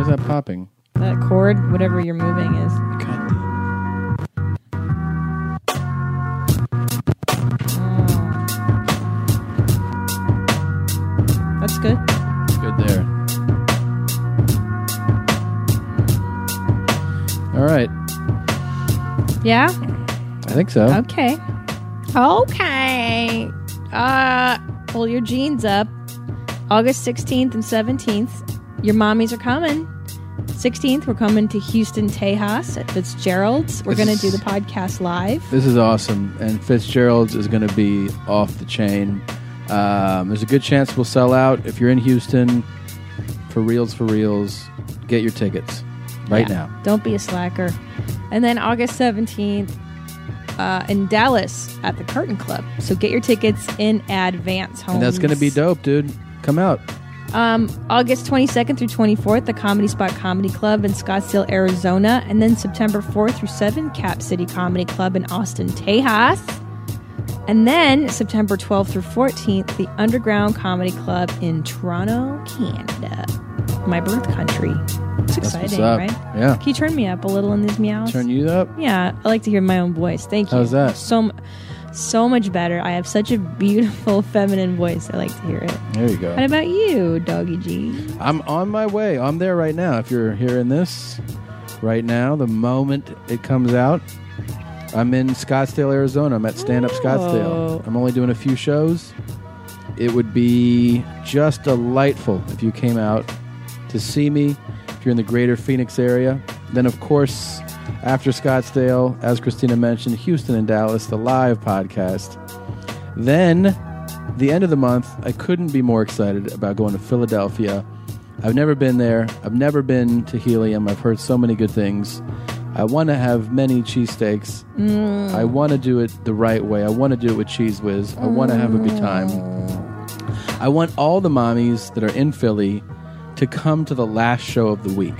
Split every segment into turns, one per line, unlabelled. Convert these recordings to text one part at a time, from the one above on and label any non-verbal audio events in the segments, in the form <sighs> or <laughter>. is that popping?
That chord, whatever you're moving, is. Oh. That's good.
Good there. All right.
Yeah.
I think so.
Okay. Okay. Uh, pull your jeans up. August 16th and 17th, your mommies are coming. 16th, we're coming to Houston, Tejas at Fitzgerald's. We're going to do the podcast live.
This is awesome. And Fitzgerald's is going to be off the chain. Um, there's a good chance we'll sell out. If you're in Houston, for reals, for reals, get your tickets right
Yeah.
now.
Don't be a slacker. And then August 17th uh, in Dallas at the Curtain Club. So get your tickets in advance, homes.
And that's going to be dope, dude. Come out.
Um, August 22nd through 24th, the Comedy Spot Comedy Club in Scottsdale, Arizona. And then September 4th through 7th, Cap City Comedy Club in Austin, Tejas. And then September 12th through 14th, the Underground Comedy Club in Toronto, Canada. My birth country. It's
That's
exciting,
what's up.
right?
Yeah.
Can you turn me up a little in these meows?
Turn you up.
Yeah, I like to hear my own voice. Thank you.
How's that?
So, m- so much better. I have such a beautiful <laughs> feminine voice. I like to hear it.
There you
What
go.
about you, Doggy G?
I'm on my way. I'm there right now. If you're hearing this right now, the moment it comes out, I'm in Scottsdale, Arizona. I'm at Stand Up
Oh.
Scottsdale. I'm only doing a few shows. It would be just delightful if you came out to see me. If you're in the greater Phoenix area, then of course, after Scottsdale, as Christina mentioned, Houston and Dallas, the live podcast. Then, the end of the month, I couldn't be more excited about going to Philadelphia. I've never been there. I've never been to Helium. I've heard so many good things. I want to have many cheesesteaks. I want to do it the right way. I want to do it with Cheese Whiz. I want to have a good time. I want all the mommies that are in Philly to come to the last show of the week,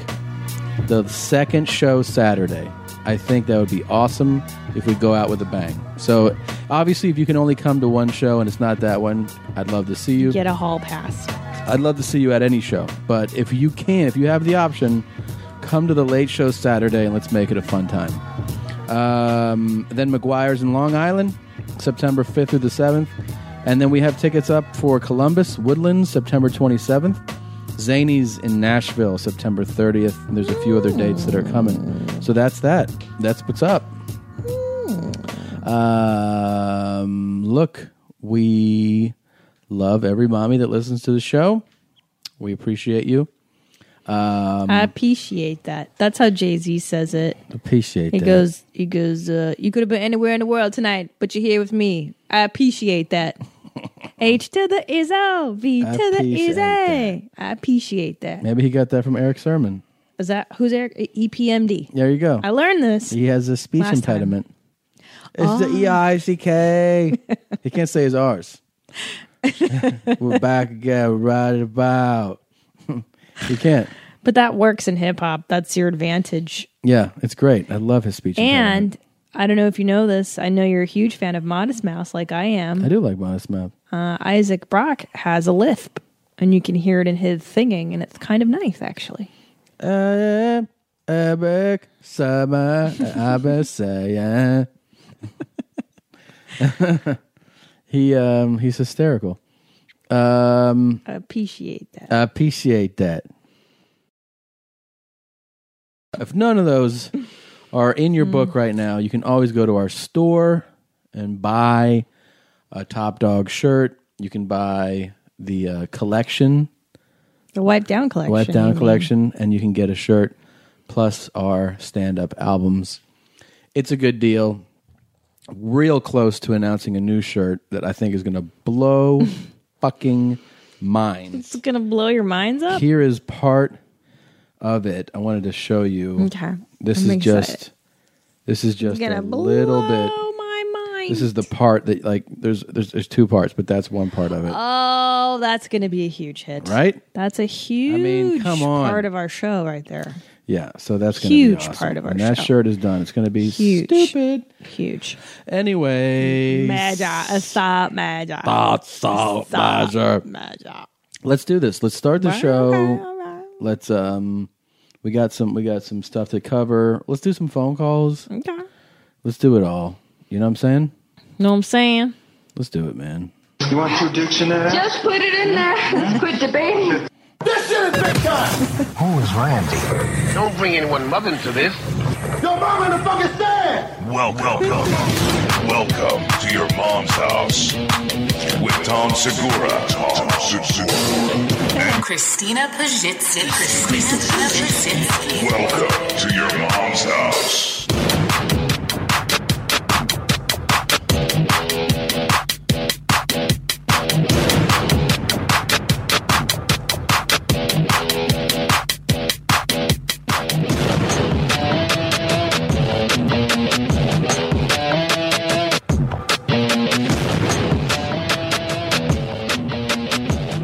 the second show Saturday. I think that would be awesome if we go out with a bang. So, obviously, if you can only come to one show and it's not that one, I'd love to see you.
Get a hall pass.
I'd love to see you at any show, but if you can, if you have the option, come to the late show Saturday and let's make it a fun time. Um, then McGuire's in Long Island, September 5th through the 7th. And then we have tickets up for Columbus, Woodlands, September 27th. Zany's in Nashville, September 30th. And there's a few other dates that are coming. So that's that. That's what's up. Um, look, we love every mommy that listens to the show. We appreciate you.
I appreciate that. That's how Jay Z says it.
Appreciate
He
that.
goes, he goes. Uh, you could have been anywhere in the world tonight, but you're here with me. I appreciate
<laughs>
that. H to the is O, V to the
appreciate
is A. I appreciate that.
Maybe he got that from Eric Sermon.
Is that who's Eric? E EPMD.
There you go.
I learned this.
He has a speech
Last time. Oh.
impediment. It's the E I C K. He can't say
<laughs>
his R's. We're back again, right about. <laughs> he can't.
But that works in hip hop. That's your advantage.
Yeah, it's great. I love his speech. impediment.
And I don't know if you know this. I know you're a huge fan of Modest Mouse, like I am.
I do like Modest Mouse.
Uh, Isaac Brock has a lisp, and you can hear it in his singing, and it's kind of nice, actually.
I am Eric Summer. I've been saying. he um he's hysterical. Um
I appreciate that.
I appreciate that. If none of those are in your book right now, you can always go to our store and buy a Top Dog shirt. You can buy the uh, collection,
The Wipe Down Collection.
Wipe
you
Down
mean.
collection, and you can get a shirt plus our stand up albums. It's a good deal. Real close to announcing a new shirt that I think is going to
<laughs>
blow fucking minds.
It's going to blow your minds up.
Here is part of it. I wanted to show you.
Okay.
This
I'm
is
excited.
just this is just
Gonna
a little bit.
blow my mind.
This is the part that like there's there's there's two parts, but that's one part of it.
Oh, that's going to be a huge hit.
Right?
That's a huge
come on.
part of our show right there.
yeah, so that's gonna
Huge
be awesome.
part of our
and that
show.
shirt is done. It's gonna be
Huge.
stupid.
Huge.
Anyway,
Magi. Stop, Magi.
thoughts of
Stop.
pleasure.
Magi.
Let's do this. Let's start Oh, the
Right,
show.
okay, all right.
Let's um We got some. We got some stuff to cover. Let's do some phone calls.
Okay.
Let's do it all. You know what I'm saying?
Know what I'm saying?
Let's do it, man.
You want two dicks in there?
Just put it in there. <laughs> Let's quit debating.
Who is Randy?
Don't bring anyone mother into this.
Welcome. Welcome to your mom's house with Tom Segura. Tom Segura.
Christina Pajitsky. Christina Pajitsky.
Welcome to your mom's house.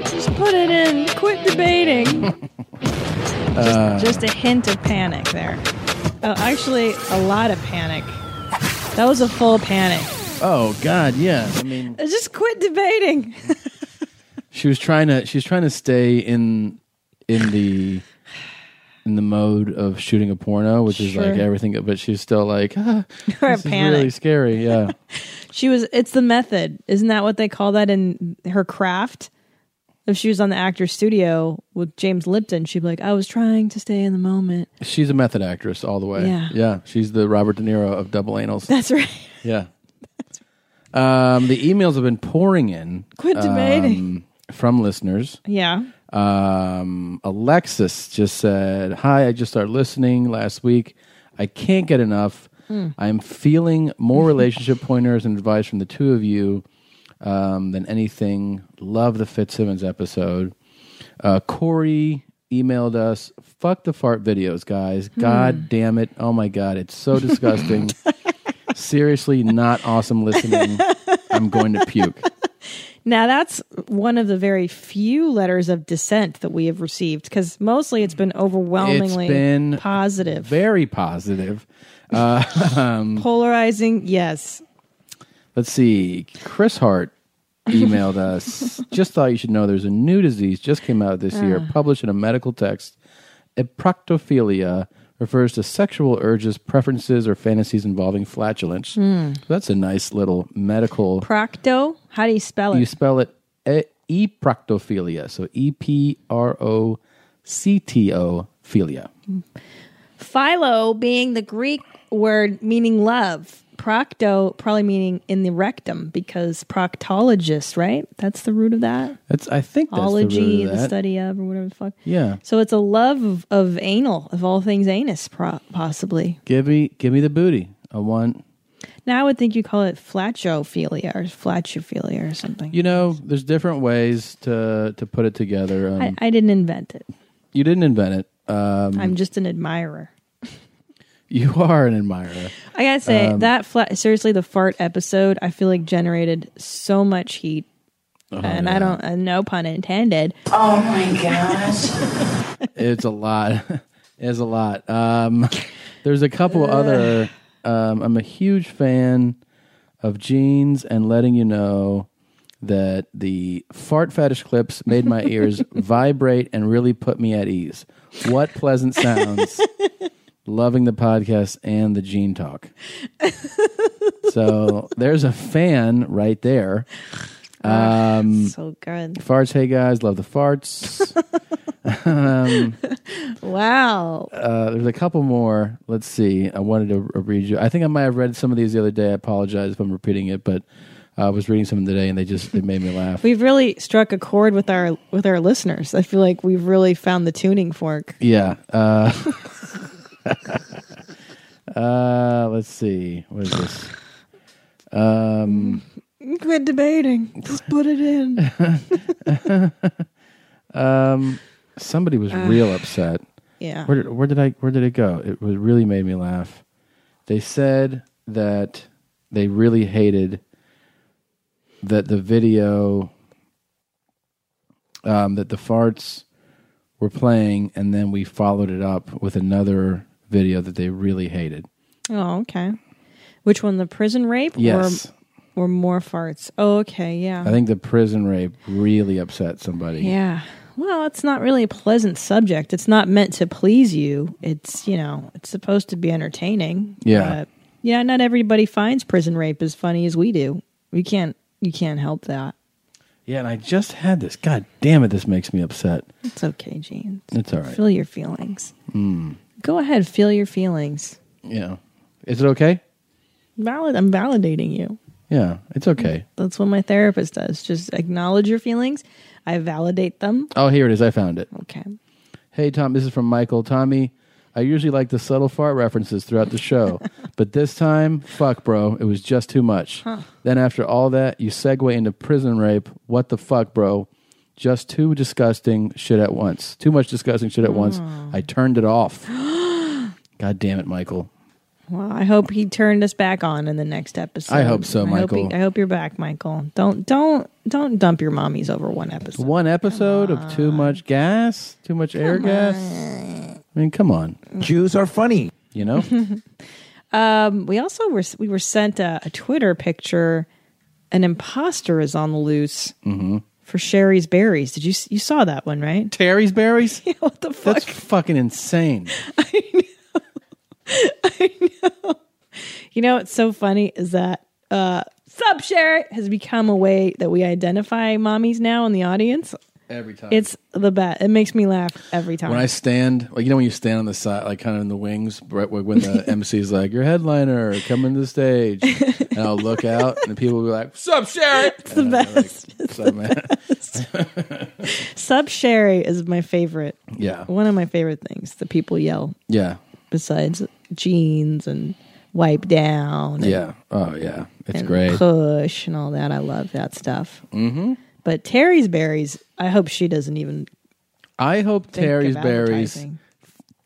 Just put it in. Quit debating.
<laughs> Uh,
just, just a hint of panic there. Oh, actually, a lot of panic. That was a full panic.
Oh God, yeah. I mean,
Uh, Just quit debating. <laughs>
she was trying to. She's trying to stay in in the in the mode of shooting a porno, which is
Sure.
like everything. But she's still like, <laughs> ah,
Or a
this is really
panic.
scary. Yeah.
She was. It's the method, isn't that what they call that in her craft? If she was on the actor's studio with James Lipton, she'd be like, "I was trying to stay in the moment." <laughs>
She's a method actress all the way.
Yeah.
She's the Robert De Niro of double anals.
That's right.
yeah. Um, the emails have been pouring in
Quit debating.
um, from listeners.
Yeah.
Um, Alexis just said, Hi, I just started listening last week. I can't get enough. I'm feeling more relationship pointers and advice from the two of you um, than anything. Love the Fitzsimmons episode. Uh, Corey emailed us, Fuck the fart videos, guys. God damn it. Oh my God. It's so disgusting. Seriously, not awesome listening. I'm going to puke.
Now that's one of the very few letters of dissent that we have received because mostly it's been overwhelmingly
It's been
positive,
Very positive.
polarizing. Yes.
Let's see. Chris Hart
<laughs>
emailed us. just thought you should know there's a new disease just came out this
Ah.
year, published in a medical text. Eproctophilia refers to sexual urges, preferences, or fantasies involving flatulence.
Hmm.
That's a nice little medical.
Procto. How do you spell it?
you spell it e- eproctophilia. So E P R O C T O philia.
Philo being the Greek word meaning love. Procto probably meaning in the rectum because proctologist, right? That's the root of that.
That's I think that's the, root
Ology,
of
the,
that.
study of, or whatever the fuck.
Yeah.
So it's a love of, of anal, of all things anus, pro- possibly.
Give me give me the booty. I want
Now I would think you call it flatophilia or flatophilia or something.
You know, there's different ways to to put it together. Um,
I, I didn't invent it.
you didn't invent it. Um,
I'm just an admirer.
you <laughs> are an admirer.
I gotta say
Um,
that flat. Seriously, the fart episode I feel like generated so much heat,
Oh,
and I don't. Uh, no pun intended.
It's a lot. <laughs> it's a lot. Um, there's a couple other. Um, I'm a huge fan of jeans and letting you know that the fart fetish clips made my ears vibrate and really put me at ease. What pleasant sounds. Loving the podcast and the gene talk. so there's a fan right there. Mm.
so good.
Farts, hey guys, love the farts.
Wow.
Uh, there's a couple more. Let's see. I wanted to r- read you. I think I might have read some of these the other day. I apologize if I'm repeating it, but uh, I was reading some today and they just they made me
<laughs>
laugh.
We've really struck a chord with our with our listeners. I feel like we've really found the tuning fork.
Yeah. Uh, <laughs> uh, let's see. What is this?
Quit debating. Just put it
<laughs>
in.
Um, Somebody was real upset.
Yeah.
Where did, where did I where did it go? It was, really made me laugh. They said that they really hated that the video um, that the farts were playing, and then we followed it up with another video that they really hated.
Oh, okay. Which one? The prison rape?
Yes,
Or, or more farts? Oh, okay. Yeah.
I think the prison rape really upset somebody.
yeah. well, it's not really a pleasant subject. It's not meant to please you. It's, you know, it's supposed to be entertaining.
Yeah.
But, yeah, not everybody finds prison rape as funny as we do. You can't you can't help that.
Yeah, and I just had this. God damn it, this makes me upset.
It's okay, Gene.
It's all right. Hmm.
Feel your feelings. Go ahead, feel your feelings.
Yeah. Is it okay?
Valid I'm validating you.
Yeah, it's okay.
That's what my therapist does. Just acknowledge your feelings. I validate them.
Oh, here it is. I found it.
Okay.
Hey, Tom, this is from Michael. Tommy, I usually like the subtle fart references throughout the show, but this time, fuck, bro, it was just too much. Then, after all that, you segue into prison rape. What the fuck, bro? Just too disgusting shit at once. Too much disgusting shit at once. I turned it off. God damn it, Michael.
Well, I hope he turned us back on in the next episode.
I hope so,
I hope he-
Michael.
I hope you're back, Michael. Don't don't don't dump your mommies over one episode.
One episode of too much gas, too much air gas. I mean, come on,
Jews are funny.
you know?
We also were we were sent a, a Twitter picture. An imposter is on the loose
Mm-hmm.
for Sherry's berries. Did you s- you saw that one right? <laughs>
Terry's berries?
what the fuck?
That's fucking insane.
You know what's so funny is that uh, sub share has become a way that we identify mommies now in the audience.
Every time.
It's the best. It makes me laugh every time.
when I stand, like you know, when you stand on the side, like kind of in the wings, right where- when
<laughs>
the MC is like, "Your headliner coming to the stage," and I'll look out, and the people will be like, "Sup, Sherry?" It's
the best. <laughs>
man?
Sub Sherry is my favorite.
yeah,
One of my favorite things that people yell
yeah,
besides jeans and wipe down and,
yeah. Oh yeah, it's
and
great.
push and all that. I love that stuff. Mm-hmm. But Terry's berries, I hope she doesn't even
I hope
think
Terry's
of
Berries
advertising.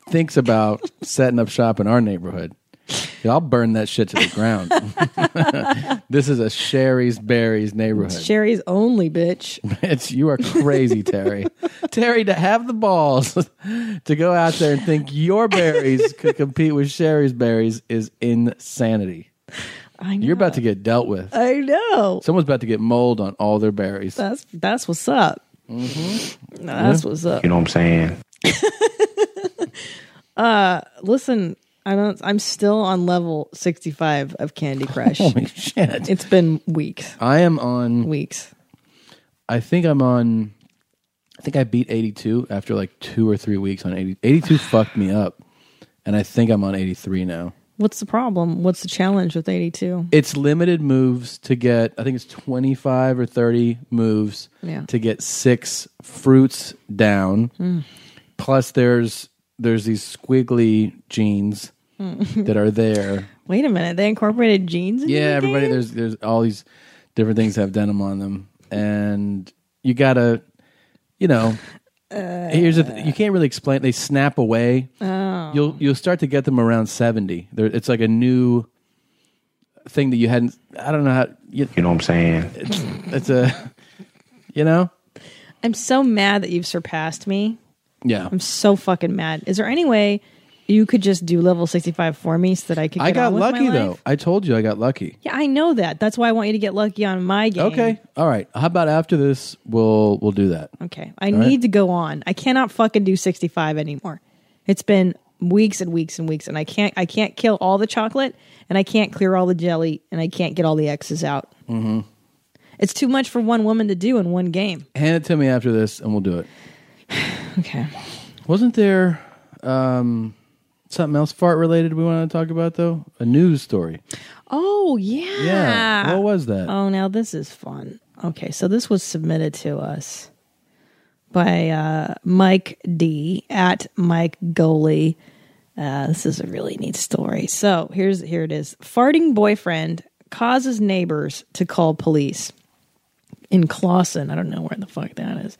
thinks about setting up shop in our neighborhood. Yeah, I'll burn that shit to the
<laughs>
ground. <laughs> this is a Sherry's Berries neighborhood.
Sherry's only
<laughs>
bitch.
It's you are crazy, Terry. Terry, to have the balls <laughs> to go out there and think your berries could compete with Sherry's berries is insanity.
I know.
You're about to get dealt with.
I know.
Someone's about to get mold on all their berries. <laughs>
That's that's what's up.
Mm-hmm.
That's what's up.
You know what I'm saying?
Listen, I don't. I'm still on level 65 of
<laughs>
Candy Crush.
Holy shit!
it's been weeks,
I am on.
weeks.
I think I'm on. I think I beat 82 after like two or three weeks on 80. 82 fucked me up, and I think I'm on 83 now.
What's the problem? What's the challenge with 82?
it's limited moves to get i think it's 25 or 30 moves
Yeah.
to get six fruits down plus there's there's these squiggly genes that are there
Wait a minute. They incorporated jeans. Into
yeah
the
everybody
game?
there's there's all these different things that have denim on them and you gotta you know
Uh.
here's the th- you can't really explain they snap away
Oh.
you'll you'll start to get them around 70 there, it's like a new thing that you hadn't i don't know how you,
You know what I'm saying?
it's a you know
I'm so mad that you've surpassed me.
yeah
I'm so fucking mad. Is there any way you could just do level 65 for me so that I could?
i
get
got
on with my
lucky
life?
though i told you i got lucky
Yeah, I know that. That's why I want you to get lucky on my game.
okay all right how about after this we'll we'll do that
Okay. I need to go on. I cannot fucking do 65 anymore. It's been weeks and weeks and weeks and I can't I can't kill all the chocolate and I can't clear all the jelly and I can't get all the X's out. Mm-hmm. It's too much for one woman to do in one game.
hand it to me after this and we'll do it
Okay.
wasn't there um something else fart related we want to talk about though a news story
Oh yeah.
yeah what was that
Oh now this is fun. Okay, so this was submitted to us by uh, Mike D at Mike Goalie. Uh, this is a really neat story. So here's here it is. Farting boyfriend causes neighbors to call police in Clawson. I don't know where the fuck that is.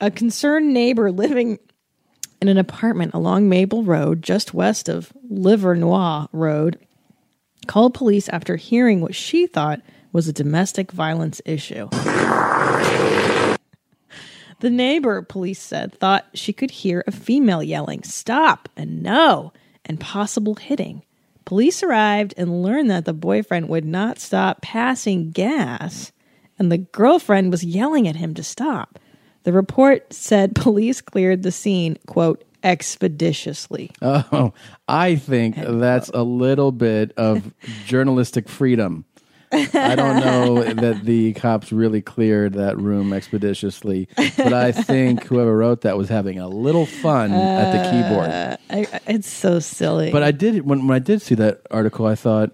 A concerned neighbor living in an apartment along Maple Road, just west of Livernois Road, called police after hearing what she thought was a domestic violence issue. The neighbor, police said, thought she could hear a female yelling, stop and no, and possible hitting. Police arrived and learned that the boyfriend would not stop passing gas and the girlfriend was yelling at him to stop. The report said police cleared the scene, quote, expeditiously.
Oh, I think that's a little bit
<laughs>
of journalistic freedom. I don't know that the cops really cleared that room expeditiously, but
<laughs>
I think whoever wrote that was having a little fun at the keyboard.
I, I- it's so silly.
But I did when, when I did see that article, I thought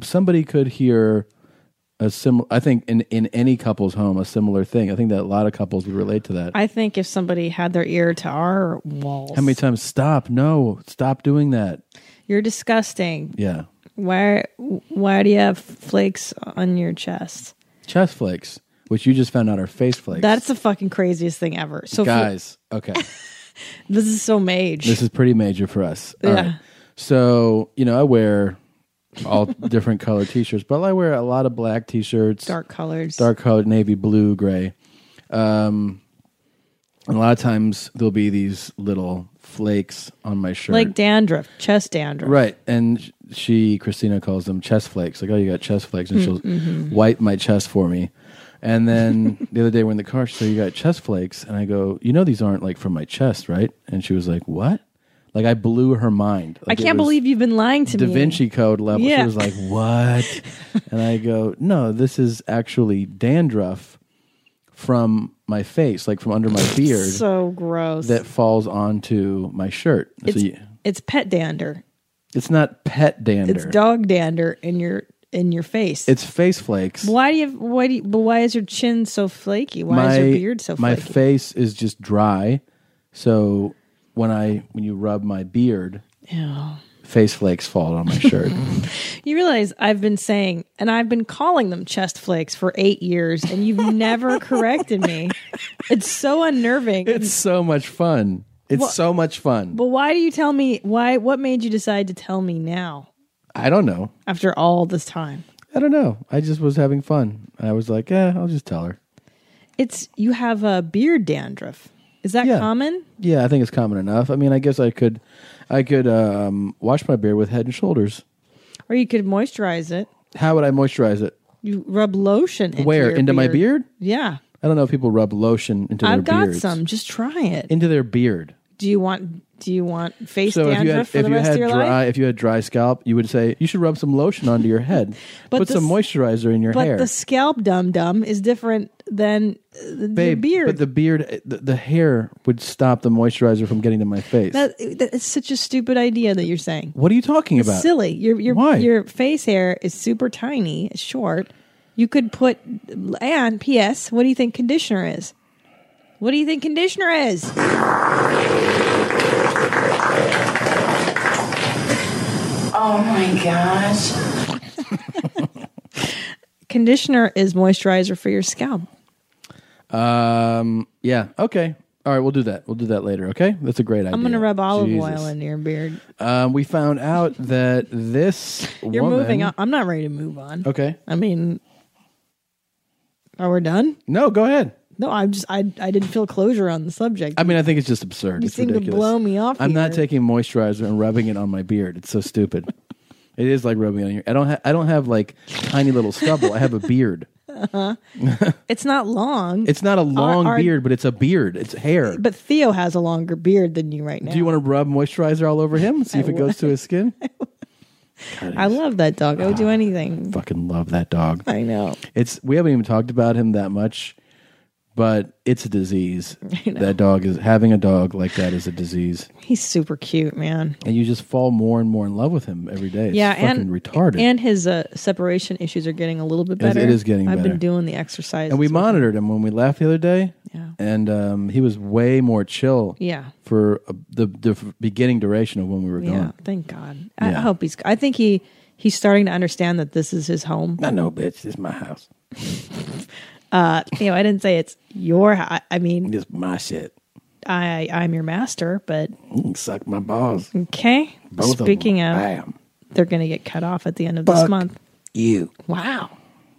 somebody could hear a similar. I think in in any couple's home, a similar thing. I think that a lot of couples would relate to that.
I think if somebody had their ear to our walls,
How many times? Stop! No, stop doing that.
you're disgusting.
Yeah,
Why? Why do you have flakes on your chest?
chest flakes, which you just found out are face flakes.
That's the fucking craziest thing ever. So if you-
guys okay
this is so mage.
this is pretty major
<laughs>
for us All right.
Yeah.
so you know i wear all <laughs> different colored t-shirts but i wear a lot of black t-shirts
dark colors.
dark colored navy blue gray um and a lot of times there'll be these little flakes on my shirt
like dandruff, chest dandruff.
right and sh- she christina calls them chest flakes like oh you got chest flakes and she'll
Mm-hmm.
wipe my chest for me and
<laughs>
then the other day we're in the car she said you got chest flakes and i go you know these aren't like from my chest right and she was like what like i blew her mind
I can't believe you've been lying to
da
me.
vinci code level she
Yeah.
was like
<laughs>
what and i go no this is actually dandruff from my face like from
<laughs>
under my beard
So gross.
that falls onto my shirt So
it's,
you-
it's pet dander.
it's not pet dander
It's dog dander in your in your face.
It's face flakes.
why do you? Why do? You, but why is your chin so flaky? Why is your beard so
my
flaky?
face is just dry. So when I when you rub my beard,
Ew.
face flakes fall on
<laughs>
my shirt.
You realize I've been saying, and I've been calling them chest flakes for eight years, and you've
<laughs>
never corrected me. It's so unnerving.
it's so much fun. It's so much fun.
but why do you tell me? Why? What made you decide to tell me now
I don't know.
after all this time?
I don't know. I just was having fun. I was like, yeah, I'll just tell her.
It's you have a beard dandruff. Is that
Yeah.
common?
Yeah, I think it's common enough. I mean, I guess I could, I could um, wash my beard with Head and Shoulders.
Or you could moisturize it.
How would I moisturize it?
You rub lotion into
Where
your
into my beard?
Yeah,
I don't know if people rub lotion into
I've
their
got
beards.
some. Just try it.
into their beard.
do you want? Do you want face
So if
dandruff
you had,
for
if
the
you
rest
had
of your
dry
life?
if you had dry scalp, you would say you should rub some lotion onto your head,
<laughs> But
put
the
some
s-
moisturizer in your
But
hair,
the scalp dum dum is different than uh, the
Babe,
beard.
But the beard, the, the hair would stop the moisturizer from getting to my face.
that, that is such a stupid idea that you're saying.
what are you talking about?
Silly. Your your
Why?
your face hair is super tiny, it's short. You could put and PS, what do you think conditioner is? What do you think conditioner is?
Oh my gosh.
<laughs> Conditioner is moisturizer for your scalp.
Um, yeah. Okay. All right. We'll do that. We'll do that later. Okay. That's a great idea.
I'm going to rub olive
Jesus.
oil into your beard.
Um, we found out that this
<laughs> You're
woman-
moving on. I'm not ready to move on.
Okay.
I mean are we done?
No. Go ahead.
No, I'm just I I didn't feel closure on the subject.
I mean, I think it's just absurd.
You
it's
seem to
ridiculous.
blow me off
I'm not
here.
taking moisturizer and rubbing it on my beard. It's so stupid.
<laughs>
it is like rubbing on your. I don't. Ha- I don't have like tiny little stubble. I have a beard.
It's not long.
It's not a long
our-
beard, but it's a beard. It's hair.
but Theo has a longer beard than you right now.
Do you want to rub moisturizer all over him? See if it goes to
<laughs>
his skin.
I love that dog. I would do
Ah.
anything.
Fucking love that dog.
I know.
It's we haven't even talked about him that much, but it's
<laughs>
a disease. That dog is having a dog like that is a disease,
He's super cute, man.
and you just fall more and more in love with him every day. It's
yeah,
fucking
and
retarded.
And his uh, separation issues are getting a little bit
It-
better.
it is getting
I've
better.
been doing the exercise.
and we monitored him when we left the other day.
Yeah.
and um, he was way more chill.
Yeah.
for uh, the the beginning duration of when we were
Yeah,
gone.
thank God. I
Yeah.
hope he's. I think he he's starting to understand that this is his home.
I know, bitch. This is my house.
you know, I didn't say it's your. hou- I mean,
This is my shit.
I I'm your master, but
You can suck my balls.
okay.
Both them.
Speaking of,
Bam.
they're going to get cut off at the end of this
Fuck.
month.
you,
Wow.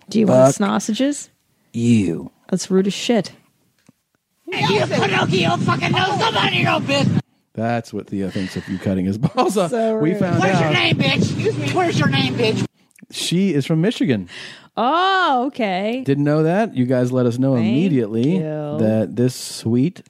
Do you want
Fuck.
sausages?
you.
That's rude as shit.
That's what Theo thinks of you cutting his <laughs> balls off.
So
we
rude.
found out.
Where's your name, bitch? Excuse me, where's your name, bitch?
She is from Michigan.
Oh, okay.
Didn't know that. You guys let us know
Thank
immediately
you.
that this sweet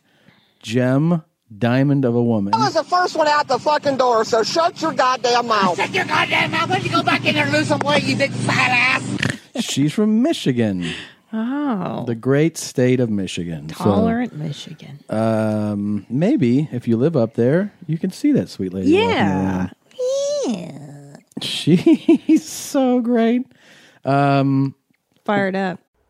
gem diamond of a woman.
I was the first one out the fucking door, so shut your goddamn mouth.
Shut your goddamn mouth. Why don't you go back in there and lose some weight, you big fat ass?
She's from Michigan,
Oh,
the great state of Michigan. So,
tolerant Michigan.
um, maybe if you live up there, you can see that sweet lady. walking
Yeah.
around. She's <laughs> so great. Um,
Fired up.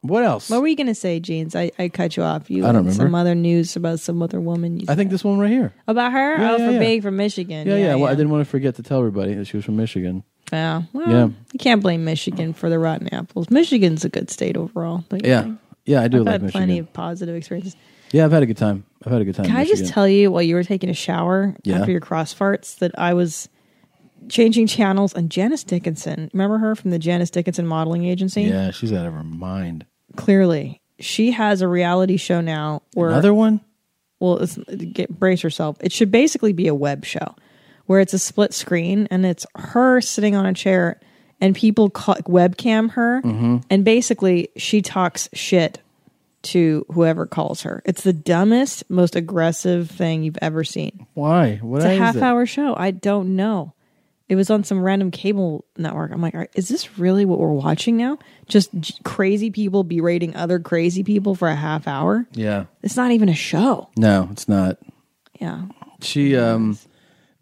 what else?
What were you going to say, Jeans? I, I cut you off. You
I don't
had
remember.
some other news about some other woman. You
I think this one right here.
about her.
Yeah,
oh,
yeah,
from
yeah.
being from Michigan.
Yeah, yeah. Well, I didn't want to forget to tell everybody that she was from Michigan.
Yeah. Well,
Yeah.
you can't blame Michigan for the rotten apples. Michigan's a good state overall. don't you
Yeah,
think?
yeah. I do
I've
like
had
Michigan.
plenty of positive experiences.
yeah, I've had a good time. I've had a good time. in
Can I just
Michigan.
tell you while you were taking a shower
Yeah.
after your cross farts that I was changing channels and Janice Dickinson, remember her from the Janice Dickinson modeling agency?
Yeah, she's out of her mind.
Clearly, she has a reality show now where
Another one?
well, it's, get, brace yourself. It should basically be a web show where it's a split screen and it's her sitting on a chair and people ca- webcam her
Mm-hmm.
and basically she talks shit to whoever calls her. It's the dumbest, most aggressive thing you've ever seen.
Why? What
It's a
is
half
it?
hour show. I don't know. It was on some random cable network. I'm like, "Are- is this really what we're watching now? Just j- crazy people berating other crazy people for a half hour?
Yeah.
It's not even a show.
No, it's not.
Yeah.
She um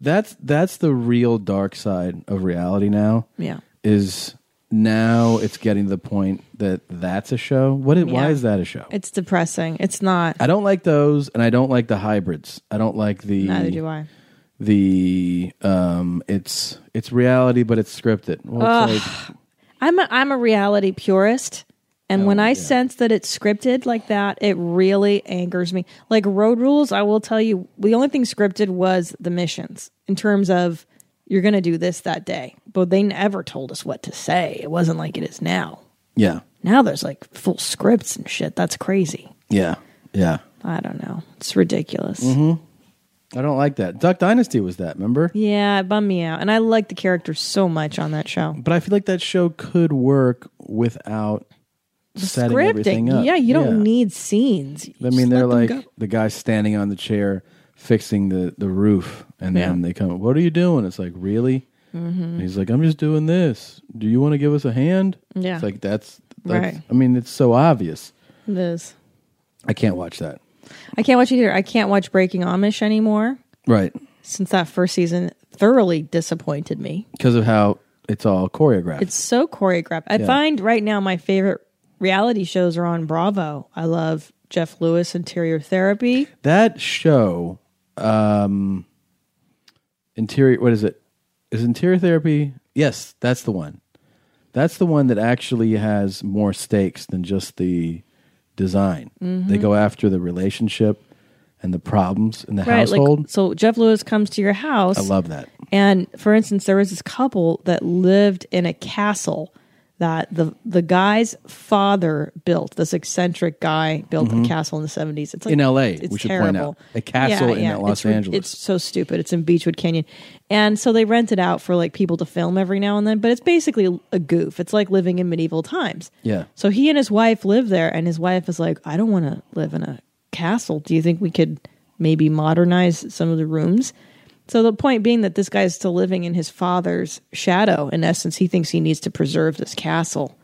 that's that's the real dark side of reality now.
Yeah.
Is now it's getting to the point that that's a show. What it, why
Yeah.
is that a show?
It's depressing. It's not.
I don't like those and I don't like the hybrids. I don't like the
Neither do I.
the um it's it's reality but it's scripted. Well, it's like,
I'm a, I'm a reality purist, and when I sense that it's scripted like that, it really angers me. Like Road Rules, I will tell you, the only thing scripted was the missions in terms of you're going to do this that day, but they never told us what to say. It wasn't like it is now.
yeah.
Now there's like full scripts and shit. That's crazy.
Yeah. Yeah.
I don't know. It's ridiculous.
I don't like that. Duck Dynasty was that, remember?
Yeah, it bummed me out, and I like the characters so much on that show.
But I feel like that show could work without setting everything up.
Yeah, you don't need scenes. You
I
just
mean, they're
let
like
them
the guy standing on the chair fixing the, the roof, and then they come. What are you doing? It's like really.
Mm-hmm.
And he's like, I'm just doing this. Do you want to give us a hand?
Yeah.
It's like that's, that's
Right.
I mean, it's so obvious.
go. This.
I can't watch that.
I can't watch either. I can't watch Breaking Amish anymore
Right.
since that first season thoroughly disappointed me.
Because of how it's all choreographed.
It's so choreographed. I
Yeah.
find right now my favorite reality shows are on Bravo. I love Jeff Lewis Interior Therapy.
that show, um, interior. What is it? Is interior therapy? Yes, that's the one. That's the one that actually has more stakes than just the design. They
Mhm.
go after the relationship and the problems in the
right,
household.
like so Jeff Lewis comes to your house.
I love that.
And for instance, there was this couple that lived in a castle that the the guy's father built. This eccentric guy built
Mhm.
a castle in the seventies. It's like,
In LA,
It's
we should point
terrible.
out. A castle in Los
It's rid-
Angeles.
It's so stupid. It's in Beechwood Canyon, and so they rent it out for like people to film every now and then. But it's basically a goof. It's like living in medieval times.
Yeah.
So he and his wife live there, and his wife is like, I don't want to live in a castle. Do you think we could maybe modernize some of the rooms? So the point being that this guy is still living in his father's shadow. In essence, he thinks he needs to preserve this castle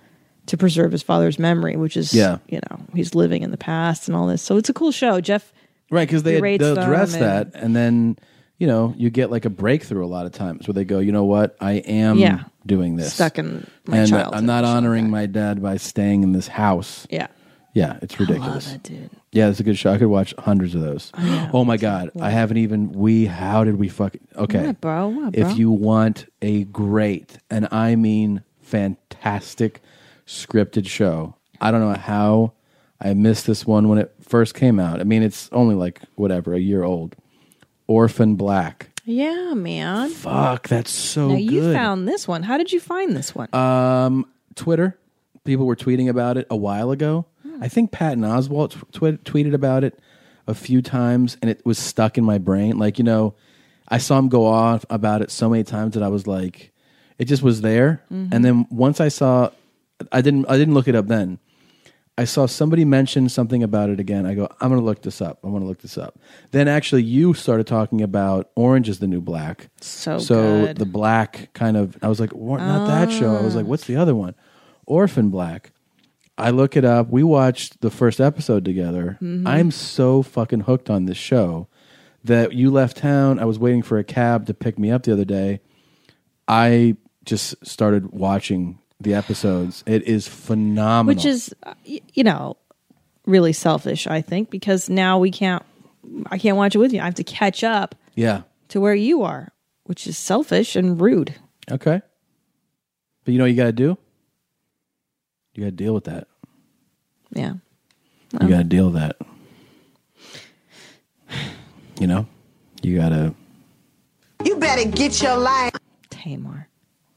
to preserve his father's memory, which is,
Yeah.
you know, he's living in the past and all this. So it's a cool show. Jeff,
Right, because they
berates
they'll
them
address
and-
that, and then you know you get like a breakthrough a lot of times where they go, you know what, I am
Yeah.
doing this
Stuck in my
and
childhood
I'm not honoring my dad by staying in this house.
Yeah.
yeah, it's ridiculous.
that dude.
Yeah, it's a good show. I could watch hundreds of those. oh my god, I haven't even we. How did we fucking okay,
What, bro? What, bro?
If you want a great and I mean fantastic scripted show, I don't know how I missed this one when it first came out. I mean, it's only like whatever a year old. Orphan Black.
Yeah, man.
Fuck, that's so
now
good.
you found this one. How did you find this one?
Um, Twitter. People were tweeting about it a while ago.
Hmm.
I think Patton Oswalt tw- tweeted about it a few times, and it was stuck in my brain. Like you know, I saw him go off about it so many times that I was like, it just was there.
Mm-hmm.
Mhm.
And then once I saw, I didn't, I didn't look it up then. I saw somebody mention something about it again. I go, I'm going to look this up. I'm going to look this up. Then actually, you started talking about Orange is the New Black.
So
so
good.
the black kind of. I was like, what? not that show. I was like, what's the other one? Orphan Black. I look it up. We watched the first episode together.
Mhm.
Mm-hmm.
I'm so fucking hooked on this show that you left town. I was waiting for a cab to pick me up the other day. I just started watching the episodes. It is phenomenal.
Which is, uh, y- you know, really selfish, I think, because now we can't, I can't watch it with you. I have to catch up
yeah.
to where you are, which is selfish and rude.
Okay. But you know what you got to do? You got to deal with that.
Yeah.
You
Um,
got to deal with that. You know? You got to.
You better get your life. Tamar.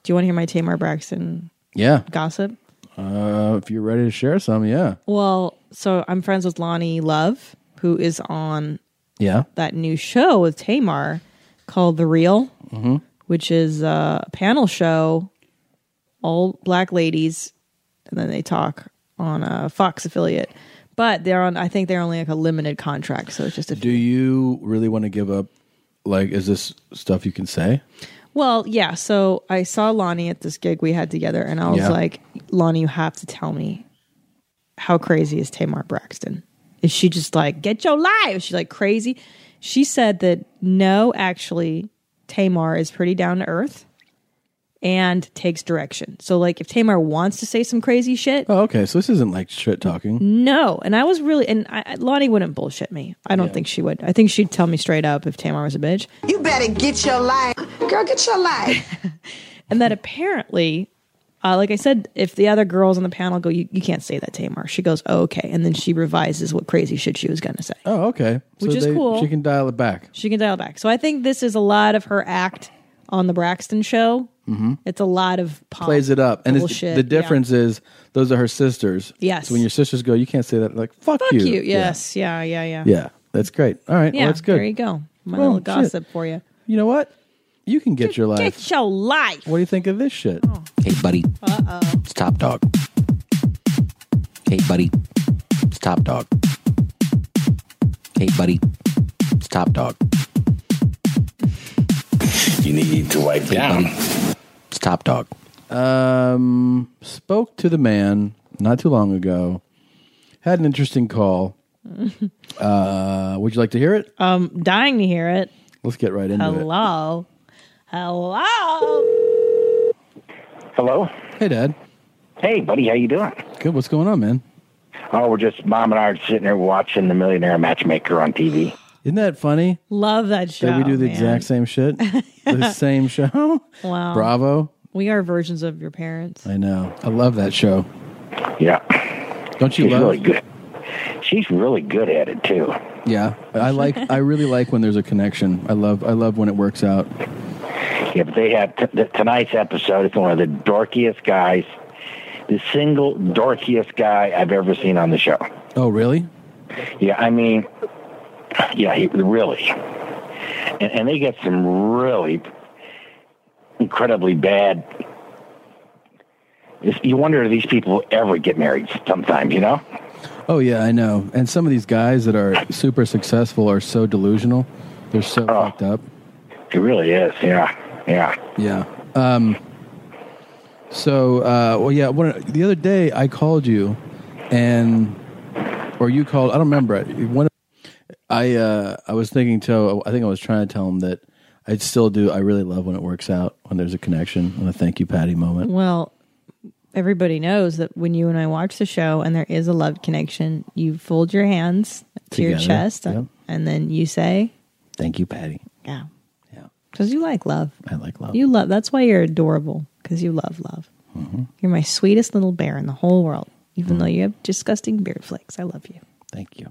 Do you want to hear my Tamar Braxton
Yeah.
gossip?
Uh, if you're ready to share some, yeah.
Well, so I'm friends with Lonnie Love, who is on
Yeah.
that new show with Tamar called The Real,
Mm-hmm.
which is a panel show, all black ladies, and then they talk on a Fox affiliate. But they're on. I think they're only like a limited contract, so it's just a.
Do you really want to give up? Like, is this stuff you can say?
Well, yeah. So I saw Lonnie at this gig we had together, and I was
Yeah.
like, Lonnie, you have to tell me how crazy is Tamar Braxton? Is she just like get your life? Is she like crazy? She said that no, actually, Tamar is pretty down to earth and takes direction. So like, if Tamar wants to say some crazy shit,
Oh, okay. So this isn't like shit talking.
no. And I was really, and I, I- Lonnie wouldn't bullshit me. I don't think she would. I think she'd tell me straight up if Tamar was a bitch.
You better get your life. Girl, get your life.
and that apparently uh, like i said if the other girls on the panel go you, you can't say that tamar she goes oh, okay and then she revises what crazy shit she was going to say
Oh, okay.
Which is cool.
She can dial it back.
she can dial back so i think this is a lot of her act on the braxton show
Mm-hmm.
it's a lot of pop
Plays it up, and it's,
bullshit,
the
yeah.
difference is those are her sisters.
Yes.
So when your sisters go, you can't say that. Like, fuck,
fuck you, yes yeah yeah yeah
Yeah. That's great. All right.
yeah
well, that's good.
there you go my
Well,
little
shit.
gossip for you
You know what? You can get your life.
get your life
What do you think of this shit? Hey, buddy.
uh-oh
It's Top Dog.
Hey, buddy. It's Top Dog. Hey, buddy. It's Top Dog.
You need to wipe down.
It's Top Dog.
<laughs>
Um, spoke to the man not too long ago. Had an interesting call. Uh, would you like to hear it?
Um, dying to hear it.
Let's get right into it.
Hello. Hello.
Hello.
Hey, Dad.
Hey, buddy. How you doing?
Good. What's going on, man?
Oh, we're just mom and I are sitting there watching The Millionaire Matchmaker on TV.
Isn't that funny
Love that show.
that we do the
Oh, man.
exact
<laughs>
same shit, the same show?
Wow.
Bravo!
We are versions of your parents.
I know. I love that show.
Yeah.
Don't you
She's
love?
really good. She's really good at it too.
Yeah, I like. I really like when there's a connection. I love. I love when it works out.
Yeah, but they have t- the, tonight's episode is one of the dorkiest guys, the single dorkiest guy I've ever seen on the show.
Oh, really?
Yeah, I mean, yeah, he, really. And, and they get some really incredibly bad. it's- You wonder if these people ever get married sometimes, you know?
Oh yeah, I know. And some of these guys that are super successful are so delusional. They're so fucked up.
It really is. Yeah. Yeah.
Yeah. Um, so, uh, well, yeah. One, the other day, I called you, and or you called. I don't remember. it. One, I uh, I was thinking to. I think I was trying to tell him that I still do. I really love when it works out when there's a connection and a thank you, Patty moment.
Well, everybody knows that when you and I watch the show and there is a love connection, you fold your hands to your
Together,
chest
yep.
and then you say,
Thank you, Patty.
Yeah. Yeah. Because you like love.
I like love.
You love. That's why you're adorable, because you love love.
Mm-hmm.
You're my sweetest little bear in the whole world, even
Mm.
though you have disgusting beard flakes. I love you.
Thank you.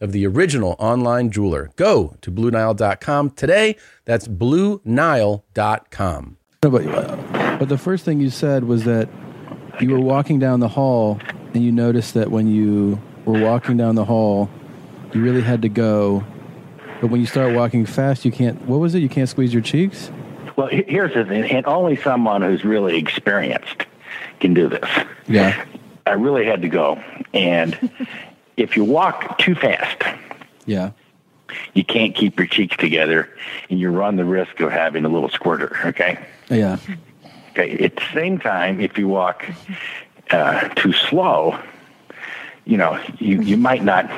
of the original online jeweler. Go to BlueNile.com today. That's BlueNile.com.
No, but, but the first thing you said was that you were walking down the hall and you noticed that when you were walking down the hall, you really had to go. But when you start walking fast, you can't. What was it? You can't squeeze your cheeks?
Well, he- here's the thing, and only someone who's really experienced can do this.
Yeah.
I really had to go, and if you walk too fast,
Yeah.
you can't keep your cheeks together, and you run the risk of having a little squirter. Okay.
Yeah.
Okay. At the same time, if you walk uh, too slow, you know you you might not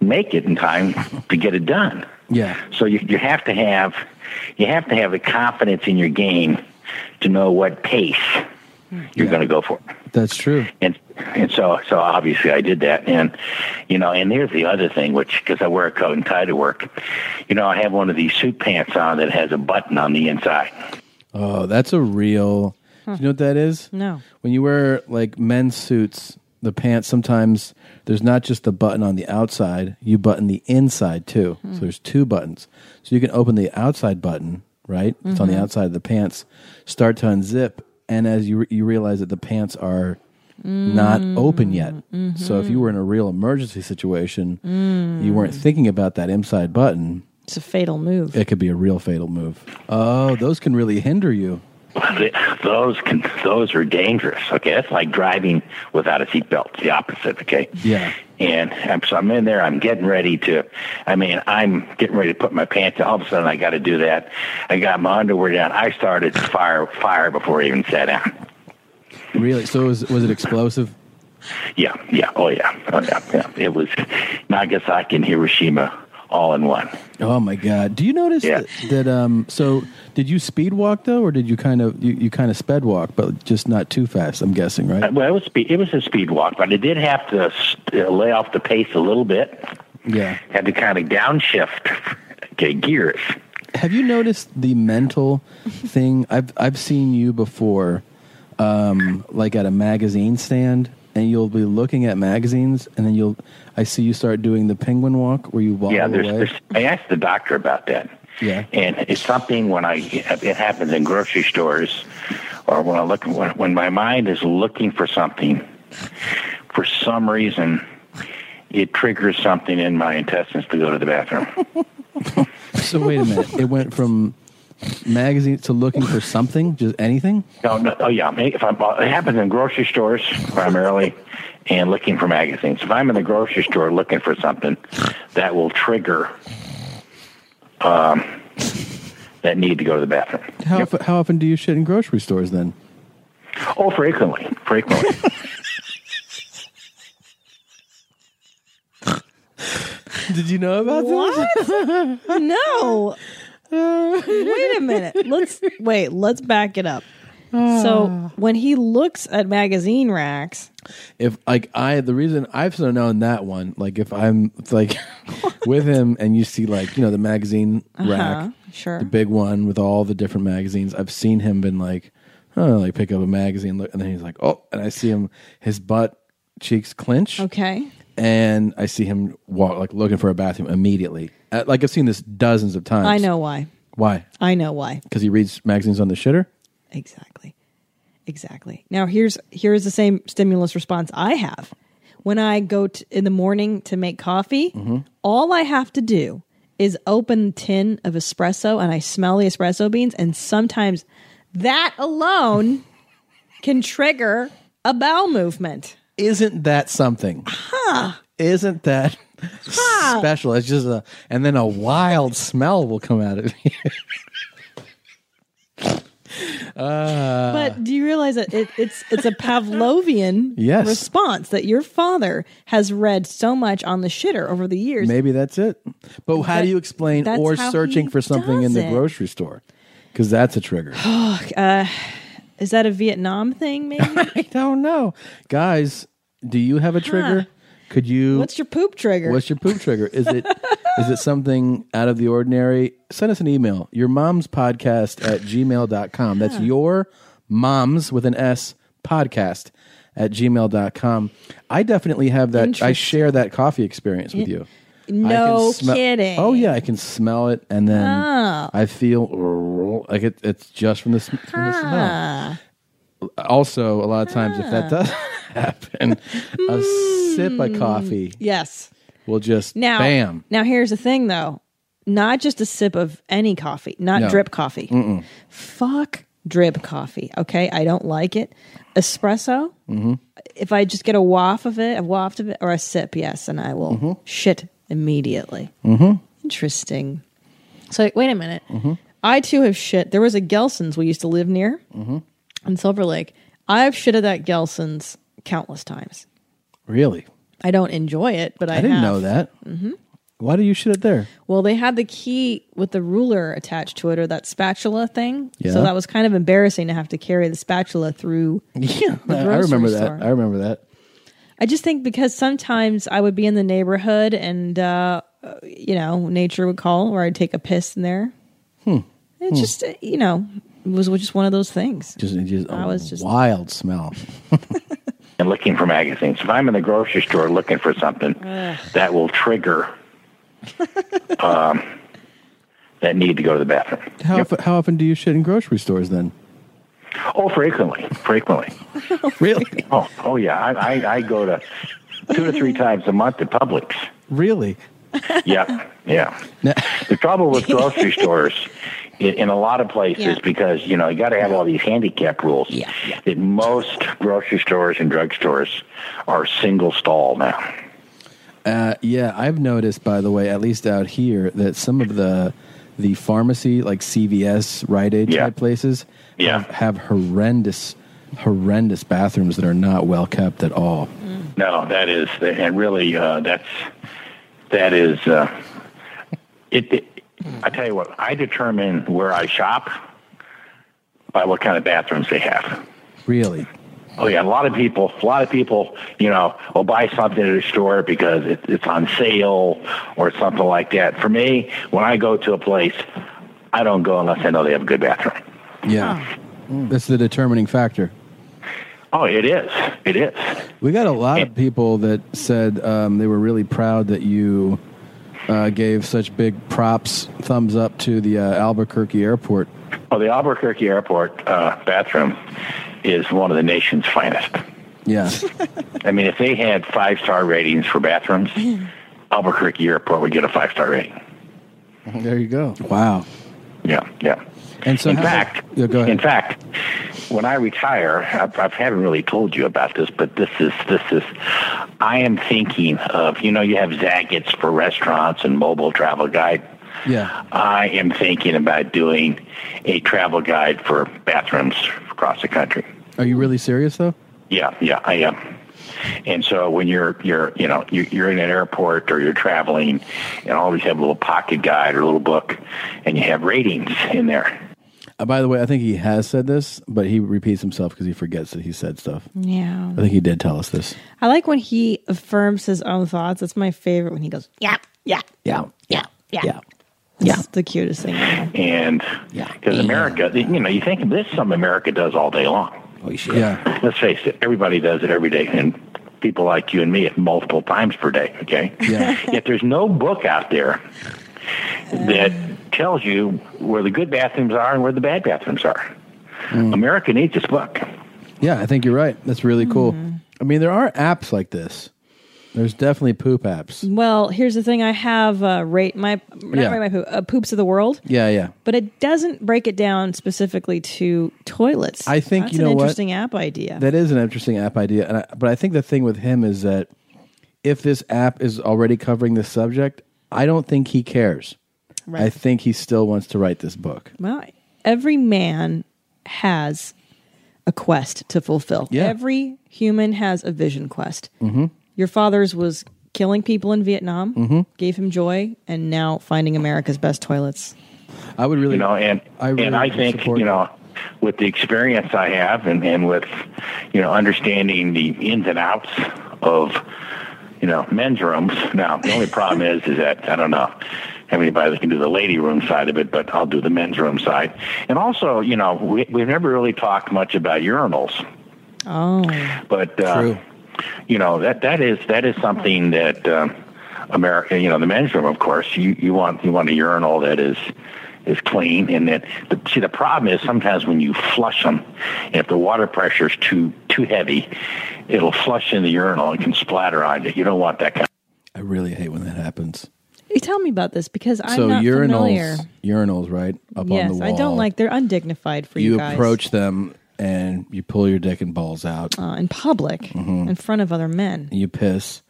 make it in time to get it done.
Yeah.
So you, you have to have you have to have the confidence in your game to know what pace you're going to go for it.
That's true.
and and so so obviously I did that, and you know, and there's the other thing, which because I wear a coat and tie to work, you know, I have one of these suit pants on that has a button on the inside.
Oh, that's a real.
Huh.
You know what that is?
No.
When you wear like men's suits, the pants sometimes there's not just the button on the outside, you button the inside too.
Hmm.
So there's two buttons. So you can open the outside button, right? It's on the
Mhm.
outside of the pants, start to unzip, and as you re- you realize that the pants are not open yet.
Mm, mm-hmm.
So if you were in a real emergency situation,
Mm.
you weren't thinking about that inside button.
It's a fatal move.
It could be a real fatal move. Oh, those can really hinder you.
Th- Those can those are dangerous. Okay, that's like driving without a seatbelt. It's the opposite. Okay.
Yeah.
And I'm, so I'm in there. I'm getting ready to. I mean, I'm getting ready to put my pants. on. All of a sudden, I got to do that. I got my underwear down. I started to fire fire before I even sat down.
Really? So was was it explosive?
Yeah, yeah, oh yeah, oh yeah, yeah. It was Nagasaki and Hiroshima all in one.
Oh my god! Do you notice that, that? Um, so did you speed walk though, or did you kind of you, you kind of sped walk, but just not too fast? I'm guessing, right?
Uh, Well, it was speed, it was a speed walk, but I did have to s- uh, lay off the pace a little bit.
Yeah.
Had to kind of downshift <laughs> okay, gears.
Have you noticed the mental thing? I've I've seen you before, um, like at a magazine stand, and you'll be looking at magazines, and then you'll I see you start doing the penguin walk where you wobble
yeah, there's,
away.
there's. I asked the doctor about that.
Yeah.
and it's something when I it happens in grocery stores, or when I look when, when my mind is looking for something, for some reason, it triggers something in my intestines to go to the bathroom.
So wait a minute. It went from magazines to looking for something, just anything.
No, no, oh yeah. I mean, If I'm, it happens in grocery stores primarily, and looking for magazines. If I'm in the grocery store looking for something, that will trigger um, that need to go to the bathroom.
How of- how often do you shit in grocery stores then?
Oh, frequently, frequently.
<laughs> Did you know about
this? What? no. wait a minute. Let's wait. Let's back it up. So when he looks at magazine racks,
If like I the reason I've sort of known that one, like if I'm it's like <laughs> with him and you see like, you know, the magazine
Uh-huh,
rack.
sure.
The big one with all the different magazines. I've seen him been like, oh, like pick up a magazine look and then he's like, Oh and I see him his butt cheeks clench.
okay,
And I see him walk like looking for a bathroom immediately. Uh, Like I've seen this dozens of times.
I know why.
Why?
I know why.
Because he reads magazines on the shitter?
Exactly. Exactly. Now here's here's the same stimulus response I have. When I go t- in the morning to make coffee,
Mm-hmm.
all I have to do is open the tin of espresso and I smell the espresso beans and sometimes that
<laughs>
alone can trigger a bowel movement.
Isn't that something?
Huh.
Isn't that
Huh.
special? It's just a, and then a wild smell will come out of you. uh,
But do you realize that it, it's it's a Pavlovian
<laughs> Yes.
response that your father has read so much on the shitter over the years?
<laughs> maybe that's it. But how do
That-
you explain
that's
or
how
searching
he
for something
does
in the
it.
grocery store? Because that's
<gasps>
a trigger.
Oh, uh, is that a Vietnam thing?
<laughs>
Maybe I
don't know. Guys, do you have a trigger? Could you?
What's your poop trigger?
What's your poop trigger? Is it is it something out of the ordinary? Send us an email. Your mom's podcast at gmail.com. That's your mom's with an S podcast at gmail.com. I definitely have that. I
Interesting.
share that coffee experience with you. I can
no
smell-
kidding.
Oh yeah, I can smell it, and then
Oh.
I feel like it, it's just from the, sm- from the smell.
Ah.
Also, a lot of times if that doesn't <laughs> happen, a sip
Mm.
of coffee
Yes.
will just
Now,
bam.
Now here's the thing, though. Not just a sip of any coffee, not
No.
drip coffee.
Mm-mm.
Fuck drip coffee. Okay, I don't like it. Espresso.
Mm-hmm.
If I just get a waft of it, a waft of it, or a sip, yes, and I will shit immediately.
Mm-hmm.
Interesting. So wait a minute. I too have shit. There was a Gelson's we used to live near
Mm-hmm.
in Silver Lake. I've shitted at Gelson's countless times.
Really?
I don't enjoy it, but I,
I didn't
have.
know that.
hmm
Why do you shit
<laughs>
it there?
Well, they had the key with the ruler attached to it or that spatula thing.
Yeah.
So that was kind of embarrassing to have to carry the spatula through.
Yeah,
the
I
grocery
remember
store.
that. I remember that.
I just think because sometimes I would be in the neighborhood and, uh, you know, nature would call or I'd take a piss in there.
Hmm.
It just, uh, you know, it was just one of those things.
Just, it just,
I was just-
wild smell.
and looking for magazines. If I'm in the grocery store looking for something,
Ugh.
that will trigger um, that need to go to the bathroom.
How, of- how often do you shit in grocery stores
<laughs>
then?
Oh, frequently, frequently.
really?
Oh, oh yeah. I, I, I go to two to three times a month to Publix.
Really?
Yeah, yeah. the trouble with grocery stores in, in a lot of places
Yeah.
because you know you got to have all these handicap rules. Yeah, That most grocery stores and drugstores are single stall now.
Uh, yeah, I've noticed, by the way, at least out here, that some of the the pharmacy, like CVS, Rite Aid type places,
Yeah.
have, have horrendous, horrendous bathrooms that are not well kept at all.
Mm.
No, that is, and really, uh, that's that is. Uh, it, it. I tell you what, I determine where I shop by what kind of bathrooms they have.
Really?
Oh yeah, a lot of people, a lot of people, you know, will buy something at a store because it, it's on sale or something like that. For me, when I go to a place, I don't go unless I know they have a good bathroom.
Yeah. That's the determining factor.
Oh, it is, it is.
We got a lot of people that said um, they were really proud that you uh, gave such big props, thumbs up to the uh, Albuquerque airport.
Well, the Albuquerque Airport uh, bathroom is one of the nation's finest.
Yeah.
I mean, if they had five star ratings for <laughs> bathrooms, Albuquerque Airport would get a five star rating.
<laughs> there you go. Wow.
Yeah, yeah.
And so
in
how-
fact, in fact, when I retire, I, I haven't really told you about this, but this is this is. I am thinking of you know you have Zagat's for restaurants and mobile travel guide.
Yeah.
I am thinking about doing a travel guide for bathrooms across the country.
Are you really serious though?
Yeah, yeah, I am. And so when you're you're you know you're, you're in an airport or you're traveling, and always have a little pocket guide or a little book, and you have ratings in there.
Uh, by the way, I think he has said this, but he repeats himself because he forgets that he said stuff.
Yeah.
I think he did tell us this.
I like when he affirms his own thoughts. That's my favorite when he goes, yeah, yeah,
Yeah.
yeah, yeah. yeah.
Yeah,
the cutest thing.
And because America, you know, you think this is something America does all day long.
Oh shit!
Yeah.
Let's face it, everybody does it every day, and people like you and me at multiple times per day. Okay.
Yeah.
Yet there's no book out there that tells you where the good bathrooms are and where the bad bathrooms are. America needs this book.
Yeah, I think you're right. That's really cool. I mean, there are apps like this. There's definitely poop apps.
Well, here's the thing. I have uh, rate my not
Yeah.
rate my poop, uh, poops of the world,
Yeah, yeah.
but it doesn't break it down specifically to toilets.
I think
that's
you know
an
what?
interesting app idea.
That is an interesting app idea, and I, but I think the thing with him is that if this app is already covering this subject, I don't think he cares.
Right.
I think he still wants to write this book.
Well, every man has a quest to fulfill.
Yeah.
Every human has a vision quest.
Mm-hmm.
Your father's was killing people in Vietnam,
Mhm.
gave him joy, and now finding America's best toilets.
I would really,
you know, and
I really
and I think you know, with the experience I have, and and with you know understanding the ins and outs of you know men's rooms. Now the only problem is is that I don't know have anybody that can do the lady room side of it, but I'll do the men's room side. And also, you know, we, we've never really talked much about urinals.
Oh.
But uh, you know that that is that is something that um, America, you know, the men's room, of course, you, you want you want a urinal that is is clean, and that the, see the problem is sometimes when you flush them, and if the water pressure is too too heavy, it'll flush in the urinal and can splatter on you. You don't want that kind.
I really hate when that happens.
You tell me about this because I'm
so
not
urinals,
familiar.
urinals, right up
yes,
on the wall.
I don't like they're undignified for you,
you
guys.
approach them and you pull your dick and balls out
uh, in public
Mhm.
in front of other men.
and you piss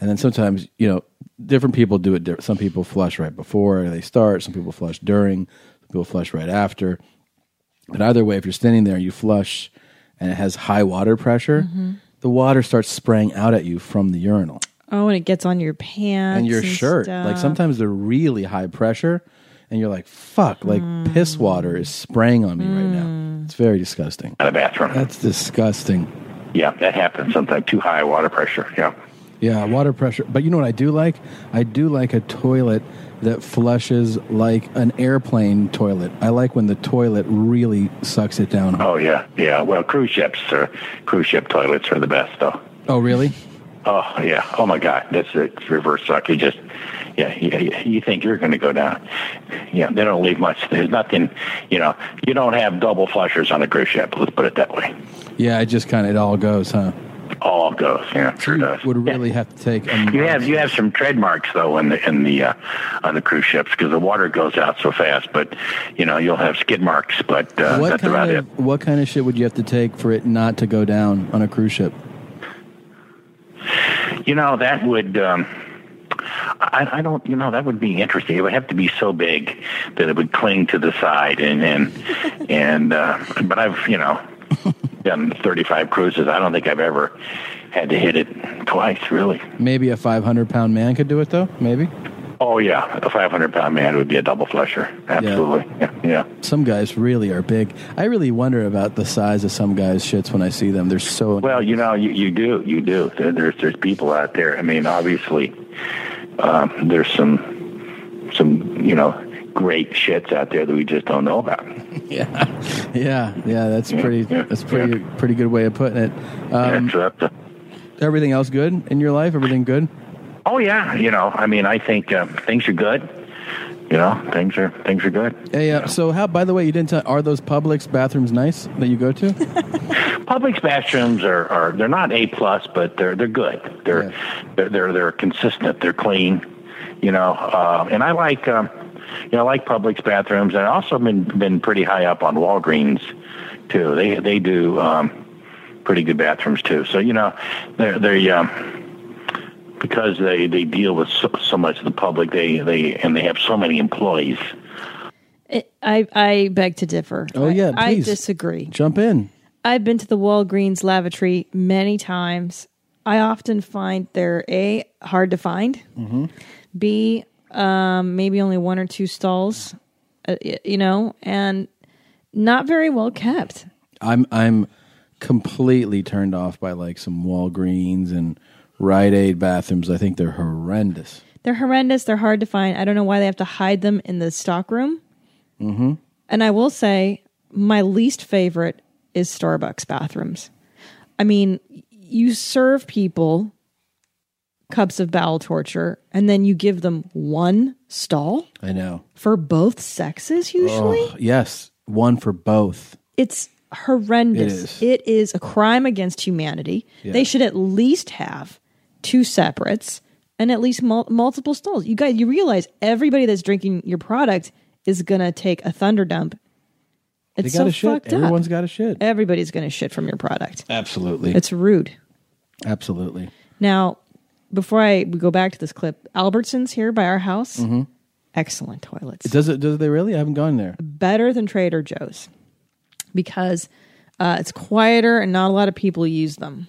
and then sometimes you know different people do it different some people flush right before they start some people flush during some people flush right after but either way if you're standing there and you flush and it has high water pressure the water starts spraying out at you from the urinal
Oh, and it gets on your pants
and your shirt. Like
stuff.
sometimes they're really high pressure, and you're like, "Fuck!" Like piss water is spraying on me right now. It's very disgusting.
Out of bathroom.
That's disgusting.
Yeah, that happens sometimes. Too high water pressure. Yeah.
Yeah, water pressure. But you know what I do like? I do like a toilet that flushes like an airplane toilet. I like when the toilet really sucks it down.
Oh yeah, yeah. Well, cruise ships or cruise ship toilets are the best though.
Oh, really?
Oh yeah. Oh my God, that's a reverse suck. You just, yeah, you, you think you're going to go down. Yeah, they don't leave much. There's nothing. You know, you don't have double flushers on a cruise ship. Let's put it that way.
Yeah, it just kind of it all goes, huh?
All goes. Yeah, sure does.
Would really have to take. A
You have you have some trademarks though in the in the uh, on the cruise ships because the water goes out so fast. But you know you'll have skid marks, but uh,
what
that's about
kind
it.
of what kind of shit would you have to take for it not to go down on a cruise ship?
You know, that would. Um, I, I don't, you know, that would be interesting. It would have to be so big that it would cling to the side, and and and. Uh, but I've, you know, done thirty-five cruises. I don't think I've ever had to hit it twice, really.
Maybe a 500 pound man could do it though. Maybe
Oh yeah, a five hundred-pound man would be a double flusher. Absolutely, yeah. yeah.
some guys really are big. I really wonder about the size of some guys' shits when I see them. They're so
Well, you know, you, you do, you do. There- There's there's people out there. I mean, obviously, um, there's some some you know great shits out there that we just don't know about.
yeah, <laughs> yeah, yeah. That's pretty. That's pretty. Pretty good way of putting it. Um, everything else good in your life? Everything good?
Oh yeah, you know, I mean, I think um, things are good. You know, things are things are good.
Hey, uh, so how? By the way, you didn't tell. Are those Publix bathrooms nice that you go
<laughs>
to?
Public bathrooms are, are they're not a plus, but they're they're good. They're they're, they're they're consistent. They're clean. You know, uh, and I like um, you know I like Publix bathrooms, and I also been been pretty high up on Walgreens too. They they do um, pretty good bathrooms too. So you know, they're they um, because they they deal with so, so much of the public. They they and they have so many employees.
It- I I beg to differ.
Oh, yeah,
I, I
please.
disagree.
Jump in.
I've been to the Walgreens lavatory many times. I often find they're a hard to find.
Mm-hmm.
B, um, maybe only one or two stalls, uh, y- you know, and not very well kept.
I'm I'm completely turned off by like some Walgreens and Rite Aid bathrooms. I think they're horrendous.
They're horrendous. They're hard to find. I don't know why they have to hide them in the stockroom.
Mm-hmm.
And I will say, my least favorite is Starbucks bathrooms. I mean, you serve people cups of bowel torture, and then you give them one stall
I know.
for both sexes. Usually,
Ugh, yes, one for both.
it's horrendous. It is, a crime against humanity.
Yeah.
They should at least have two separates and at least mul- multiple stalls. You guys, you realize everybody that's drinking your product is gonna take a thunder dump.
They
It's
gotta
so
shit.
fucked
Everyone's
up.
gotta shit.
Everybody's gonna shit from your product.
Absolutely.
It's rude.
Absolutely.
Now, before I we go back to this clip, Albertsons here by our house,
hmm
excellent toilets.
Does it? Does they really? I haven't gone there.
better than Trader Joe's because uh, it's quieter and not a lot of people use them.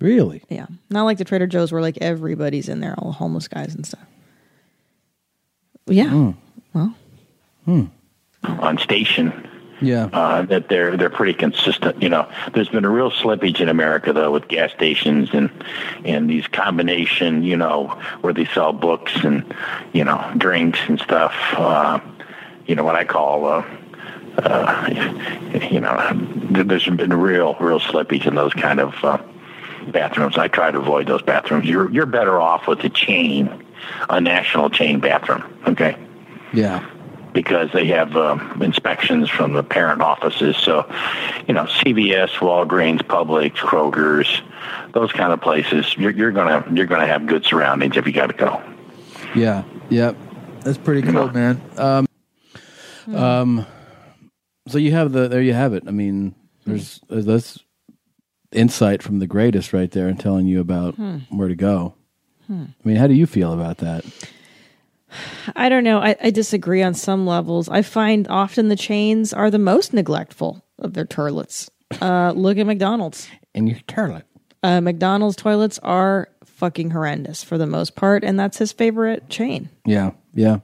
Really?
Yeah. Not like the Trader Joe's where like everybody's in there, all the homeless guys and stuff. Yeah. Well.
on station.
Yeah.
Uh, that they're they're pretty consistent. You know, there's been a real slippage in America though with gas stations and and these combination. You know, where they sell books and you know drinks and stuff. Uh, you know what I call. Uh, uh, you know, th- there's been a real, real slippage in those kind of uh, bathrooms. I try to avoid those bathrooms. You're you're better off with a chain, a national chain bathroom. Okay
Yeah.
because they have um, inspections from the parent offices. So, you know, CVS, Walgreens, Publix, Kroger's, those kind of places. You're, you're gonna you're gonna have good surroundings if you got to go.
Yeah. Yep. That's pretty
<clears throat>
cool, man. Um, um, so you have the there you have it. I mean, there's uh, that's insight from the greatest right there and telling you about
Hmm.
where to go.
Hmm.
I mean, how do you feel about that?
I don't know. I, I disagree on some levels. I find often the chains are the most neglectful of their toilets. Uh, look at McDonald's.
In your toilet.
uh, McDonald's toilets are fucking horrendous for the most part, and that's his favorite chain.
Yeah, yeah.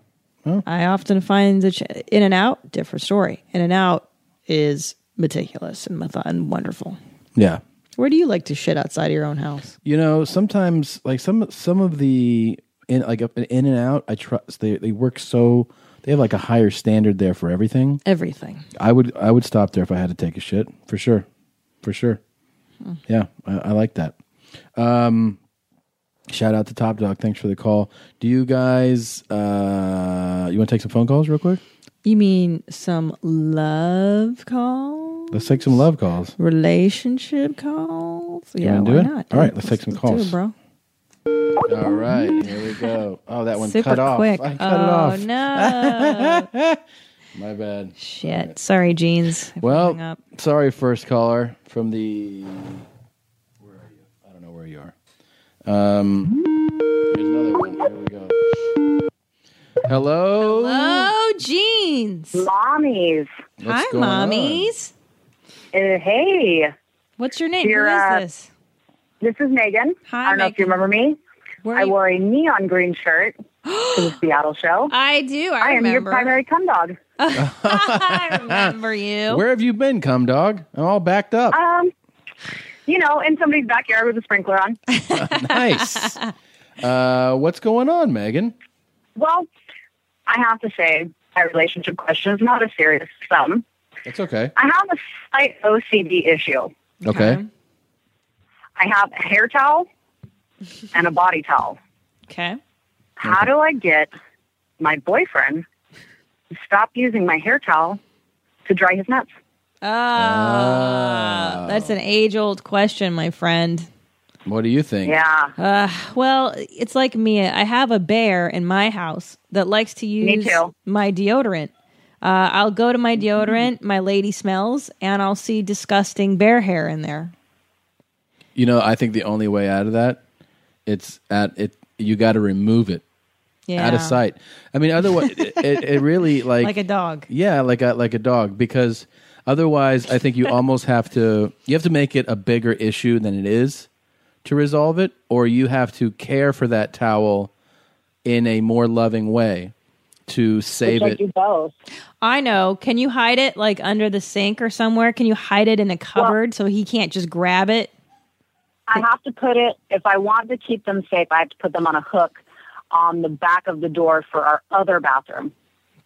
I often find the ch- In and Out different story. In and Out is meticulous and, method- and wonderful.
Yeah.
Where do you like to shit outside of your own house?
You know, sometimes like some some of the in like up in and out, I trust they they work so they have like a higher standard there for everything.
Everything.
I would I would stop there if I had to take a shit for sure, for sure.
Hmm.
Yeah, I, I like that. Um, shout out to Top Dog. Thanks for the call. Do you guys uh you want to take some phone calls real quick?
You mean some love call,
Let's take some love calls.
relationship calls?
You wanna do
why
it?
not?
All right, let's take some
do
calls.
it, bro.
All right, here we go. Oh, that one
Super
cut off.
quick.
I cut
oh
off. <laughs>
no!
My bad.
Shit. Sorry, jeans. I hung
Well,
up.
sorry, first caller from the. Where are you? I don't know where you are. Um, here's another one. Here we go.
Hello,
Hello.
Oh, jeans. Mommies.
What's
Hi,
going on?
mommies.
Uh, hey.
What's your name?
You're,
Who is
uh,
this?
This is Megan. Hi, I don't know if you remember me. I wore a neon green shirt to the Seattle show.
I do. I,
am
remember.
your primary cum dog.
I remember you.
<laughs> Where have you been, cum dog? I'm all backed up.
Um, you know, in somebody's backyard with a sprinkler on.
nice. Uh, what's going on, Megan?
Well, I have to say, my relationship question is not a serious sum.
That's okay.
I have a slight OCD issue.
Okay.
I have a hair towel and a body towel.
Okay.
How do I get my boyfriend to stop using my hair towel to dry his nuts?
Ah, that's an age-old question, my friend.
What do you think?
Uh, well, it's like me. I have a bear in my house that likes to use
Me too.
my deodorant. Uh, I'll go to my deodorant, my lady smells, and I'll see disgusting bear hair in there.
You know, I think the only way out of that, it's at it. You got to remove it out
Yeah.
of sight. I
<laughs>
mean, otherwise, it, it, it really like
Like, a dog.
Yeah, like a like a dog because otherwise
<laughs>
I think you almost have to you have to make it a bigger issue than it is to resolve it or you have to care for that towel in a more loving way to save it.
both.
I know. Can you hide it like under the sink or somewhere? Can you hide it in a cupboard so he can't just grab it?
I have to put it, if I want to keep them safe, I have to put them on a hook on the back of the door for our other bathroom.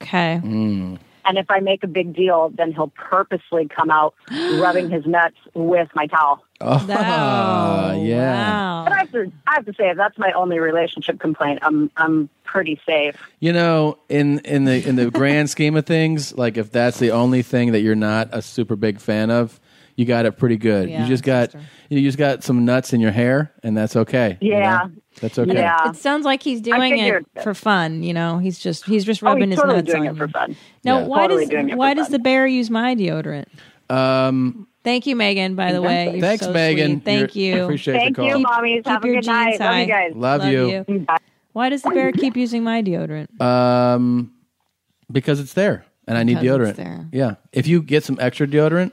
Okay.
Mm.
And if I make a big deal, then he'll purposely
<gasps>
come out rubbing his nuts with my towel.
<laughs> Oh, <laughs> yeah.
But I have, to, I have to say, if that's my only relationship complaint, I'm, I'm pretty safe.
You know, in in the in
<laughs>
the grand scheme of things, like if that's the only thing that you're not a super big fan of, you got it pretty good.
Yeah,
you just got you just got some nuts in your hair and that's okay. you know?
Yeah.
That's okay.
It sounds like he's doing it
figured-
for fun. You know, he's just he's just
Oh, he's
rubbing his
totally
nuts
doing
on
it
you.
for fun.
Now,
Yeah.
why
Totally doing it
does
for
why does the bear use my deodorant?
Um,
Thank you, Megan. By the way, You're
Thanks,
so
Megan.
sweet. Thank
You're-
you.
appreciate the Thank call. you,
mommies.
Keep
Have a
your
good night.
jeans
Love you
high.
guys.
Love you.
Why does the bear keep using my deodorant?
Um, because it's there, and I need
Because
deodorant.
it's there.
Yeah, if you get some extra deodorant,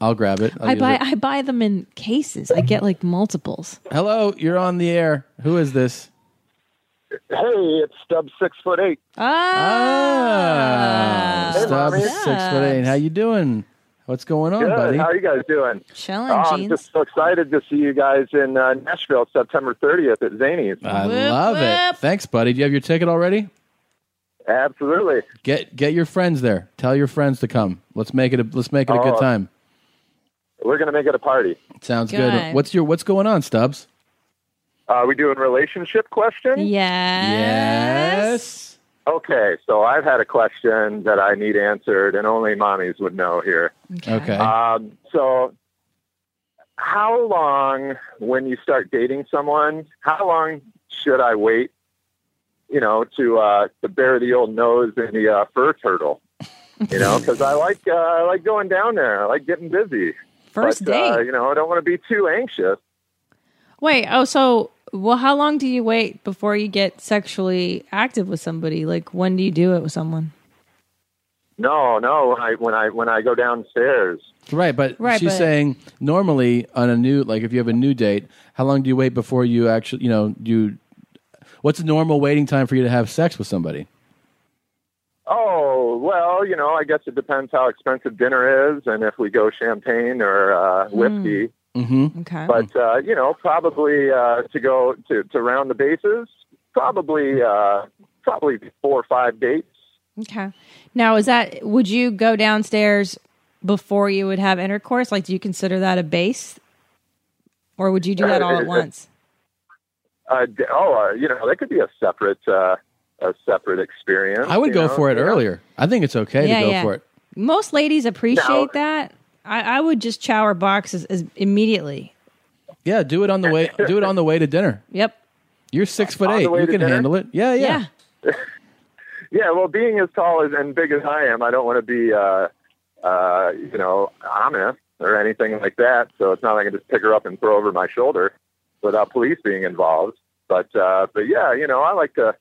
I'll grab it. I'll
I
use
buy
it.
I buy them in cases. I get like multiples.
Hello, you're on the air. Who is this?
Hey, it's Stubbs, six foot eight.
Ah,
Hey,
Stubbs,
mommy.
six foot eight. How you doing? What's going on,
Good.
buddy?
How are you guys doing?
Chilling,
Oh, I'm just so excited to see you guys in uh, Nashville September 30th at Zany's.
I love it. Thanks, buddy. Do you have your ticket already?
Absolutely.
Get get your friends there. Tell your friends to come. Let's make it. A, let's make it a good
Oh.
time.
We're going to make it a party.
Sounds good.
Good.
What's your What's going on, Stubbs?
Uh, we doing relationship question?
Yes.
Okay, so I've had a question that I need answered, and only mommies would know here.
Okay.
Um, so, how long, when you start dating someone, how long should I wait, you know, to uh, to bear the old nose and the uh, fur turtle? You know, because I like uh, I like going down there. I like getting busy.
First
but, uh,
date.
you know, I don't want to be too anxious.
Wait. Oh, so well, how long do you wait before you get sexually active with somebody? Like, when do you do it with someone?
No, no. When I when I when I go downstairs,
Right, but
Right,
she's
but-
saying normally on a new like if you have a new date, how long do you wait before you actually you know you? What's the normal waiting time for you to have sex with somebody?
Oh, well, you know, I guess it depends how expensive dinner is and if we go champagne or uh,
Hmm.
whiskey.
Mm-hmm.
Okay.
But, uh, you know, probably uh, to go to, to round the bases, probably uh, probably four or five dates.
Okay. Now, is that would you go downstairs before you would have intercourse? Like, do you consider that a base, or would you do that all at once?
Uh, d- oh, uh, you know, that could be a separate uh, a separate experience.
I would
you
go
know?
for it earlier. I think it's okay
Yeah,
to go
yeah.
for it.
Most ladies appreciate
No.
that. I, I would just chow her boxes as, immediately.
Yeah, do it on the way. do it on the way to dinner.
Yep.
You're six foot
On the
eight.
way
You
to
can
dinner?
handle it. Yeah, yeah.
Yeah.
Yeah, well, being as tall as and big as I am, I don't want to be, uh, uh, you know, ominous or anything like that. So it's not like I can just pick her up and throw over my shoulder without police being involved. But uh, but yeah, you know, I like to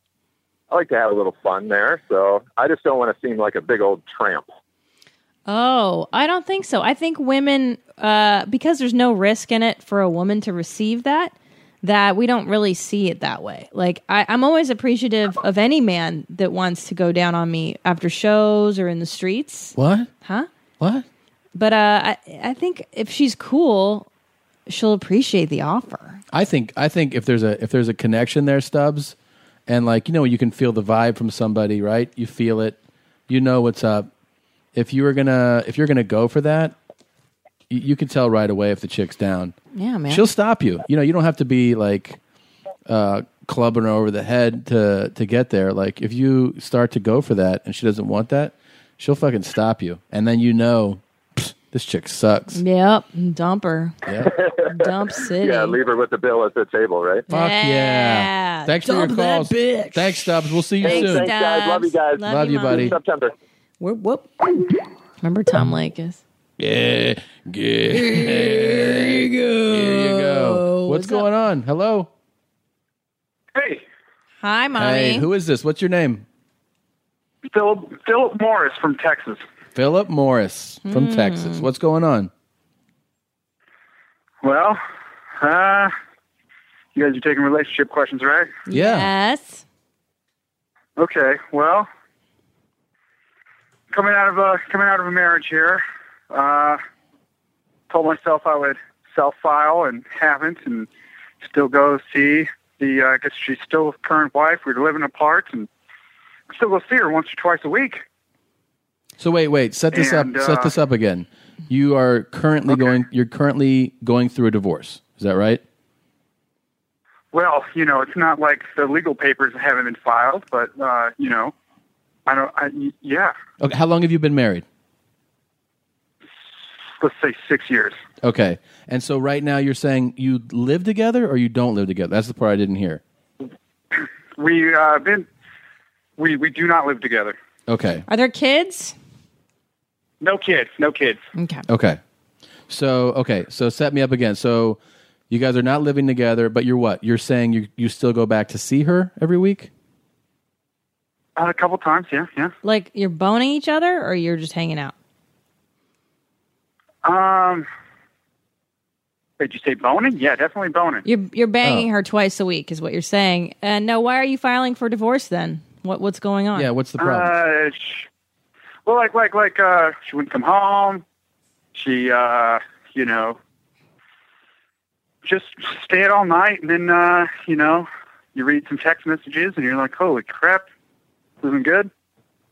I like to have a little fun there. So I just don't want to seem like a big old tramp.
Oh, I don't think so. I think women, uh, because there's no risk in it for a woman to receive that, that we don't really see it that way. Like, I, I'm always appreciative of any man that wants to go down on me after shows or in the streets.
What?
Huh?
What?
But uh, I, I think if she's cool, she'll appreciate the offer.
I think I think if there's a if there's a connection there, Stubbs, and like you know you can feel the vibe from somebody, right? You feel it, you know what's up. If you were gonna if you're gonna go for that, you, you could tell right away if the chick's down.
Yeah, man.
She'll stop you. You know you don't have to be like uh, clubbing her over the head to to get there. Like if you start to go for that and she doesn't want that, she'll fucking stop you, and then you know "Pfft, this chick sucks.
Yep. Dump her.
Yeah.
<laughs> Dump city.
yeah, leave her with the bill at the table, right?
Fuck yeah.
Yeah.
Thanks for
Dump
your
that
calls.
bitch.
Thanks, Stubbs. We'll see you
Thanks,
soon.
Thanks, guys. Love you guys. Love
Love,
you,
you,
Mom.
buddy.
September.
Whoop, whoop. Remember Tom Lakis?
Yeah. Yeah. Here you go. Here you go. What's, going on? Hello.
Hey,
Hi, mommy.
Hey, who is this? What's your name?
Philip Philip Morris from Texas.
Philip Morris from
Hmm.
Texas. What's going on?
Well, uh, you guys are taking relationship questions, right?
Yeah.
Yes.
Okay. Well, coming out of a coming out of a marriage here, uh, told myself I would self file and haven't, and still go see the. Uh, I guess she's still with current wife. We're living apart, and still go see her once or twice a week.
So wait, wait. Set this
And,
up. Set
uh,
this up again. You are currently going. You're currently going through a divorce. Is that right?
Well, you know, it's not like the legal papers haven't been filed, but uh, you know, I don't. I, y- yeah,
Okay. How long have you been married?
let's say six years.
Okay. And so right now you're saying you live together or you don't live together. That's the part I didn't hear.
We uh, been we we do not live together.
Okay.
Are there kids?
No kids. No kids.
Okay.
Okay. So okay, so set me up again. So you guys are not living together, but you're what? You're saying you you still go back to see her every week?
Uh, a couple times. Yeah, yeah.
Like you're boning each other or you're just hanging out?
Um, did you say boning? Yeah, definitely boning.
You're you're
Oh.
banging her twice a week is what you're saying. And no, why are you filing for divorce then? What what's going on?
Uh, sh- well, like like like uh, she wouldn't come home. She uh, you know, just stayed all night, and then uh, you know, you read some text messages, and you're like, holy crap, this isn't good.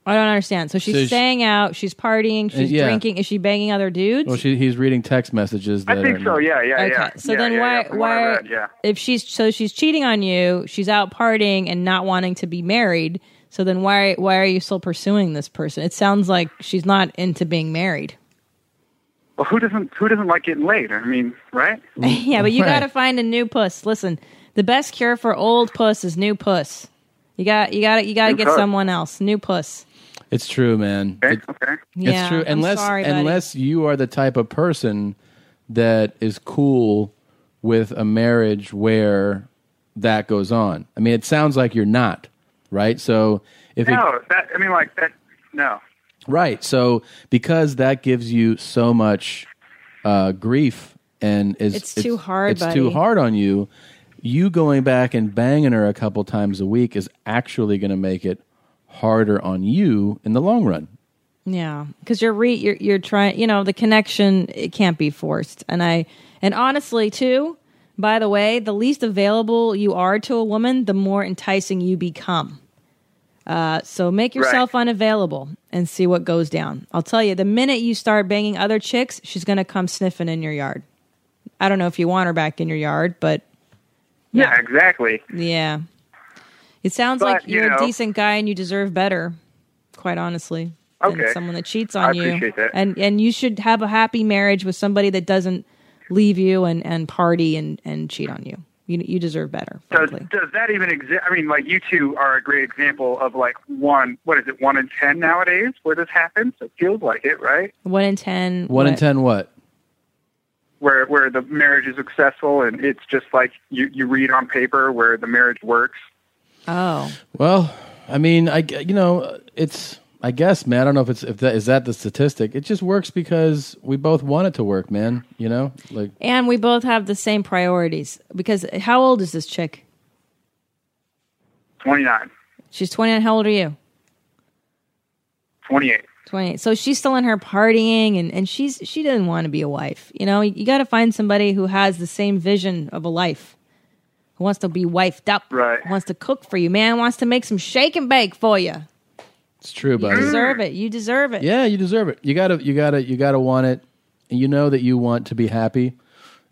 I don't understand. So she's
So she-
staying out, she's partying, she's
yeah.
drinking, is she banging other dudes?
Well, Oh, she, he's reading text messages. That are-
okay. So then why why if she's so she's cheating on you, she's out partying and not wanting to be married. So then why why are you still pursuing this person? It sounds like she's not into being married.
Well, who doesn't who doesn't like getting laid? I mean, right?
<laughs> yeah, but you
Right.
got to find a new puss. Listen, the best cure for old puss is new puss. You got you got to you got to
New
get
puss.
someone else. New puss.
It's true, man. Okay.
okay.
Yeah,
it's true.
I'm
Unless
sorry, buddy.
unless you are the type of person that is cool with a marriage where that goes on. I mean, it sounds like you're not, right? So if it,
no, that I mean, like that. No,
Right. So because that gives you so much uh, grief and is
It's too hard,
It's too
buddy.
hard on you. You going back and banging her a couple times a week is actually going to make it harder on you in the long run.
Yeah, because you're re you're you're trying. You know, the connection it can't be forced. And I and honestly too. By the way, the least available you are to a woman, the more enticing you become. Uh, so make yourself unavailable and see what goes down. I'll tell you, the minute you start banging other chicks, she's gonna come sniffing in your yard. I don't know if you want her back in your yard, but
Yeah, exactly.
yeah, it sounds
But,
like
you
you're a
know-
decent guy and you deserve better. Quite honestly, than
Okay.
someone that cheats
I
on you,
appreciate that.
and and you should have a happy marriage with somebody that doesn't leave you and and party and and cheat on you. You you deserve better.
Does, does that even exist? I mean, like you two are a great example of like one. What is it? One in ten nowadays where this happens. It feels like it, right?
One in ten.
One in
what?
ten, what?
Where where the marriage is successful and it's just like you you read on paper where the marriage works.
Oh,
Well, I mean, I g- you know, it's I guess, man. I don't know if it's if that is that the statistic. It just works because we both want it to work, man. You know, like
and we both have the same priorities because how old is this chick?
Twenty nine.
She's twenty nine. How old are you?
28.
28 so she's still in her partying and, and she's she doesn't want to be a wife you know you got to find somebody who has the same vision of a life who wants to be wifed up right wants to cook for you man wants to make some shake and bake for you
it's true,
you
buddy.
deserve it you deserve it
Yeah, you deserve it. You gotta, you gotta, you gotta want it, and you know that you want to be happy.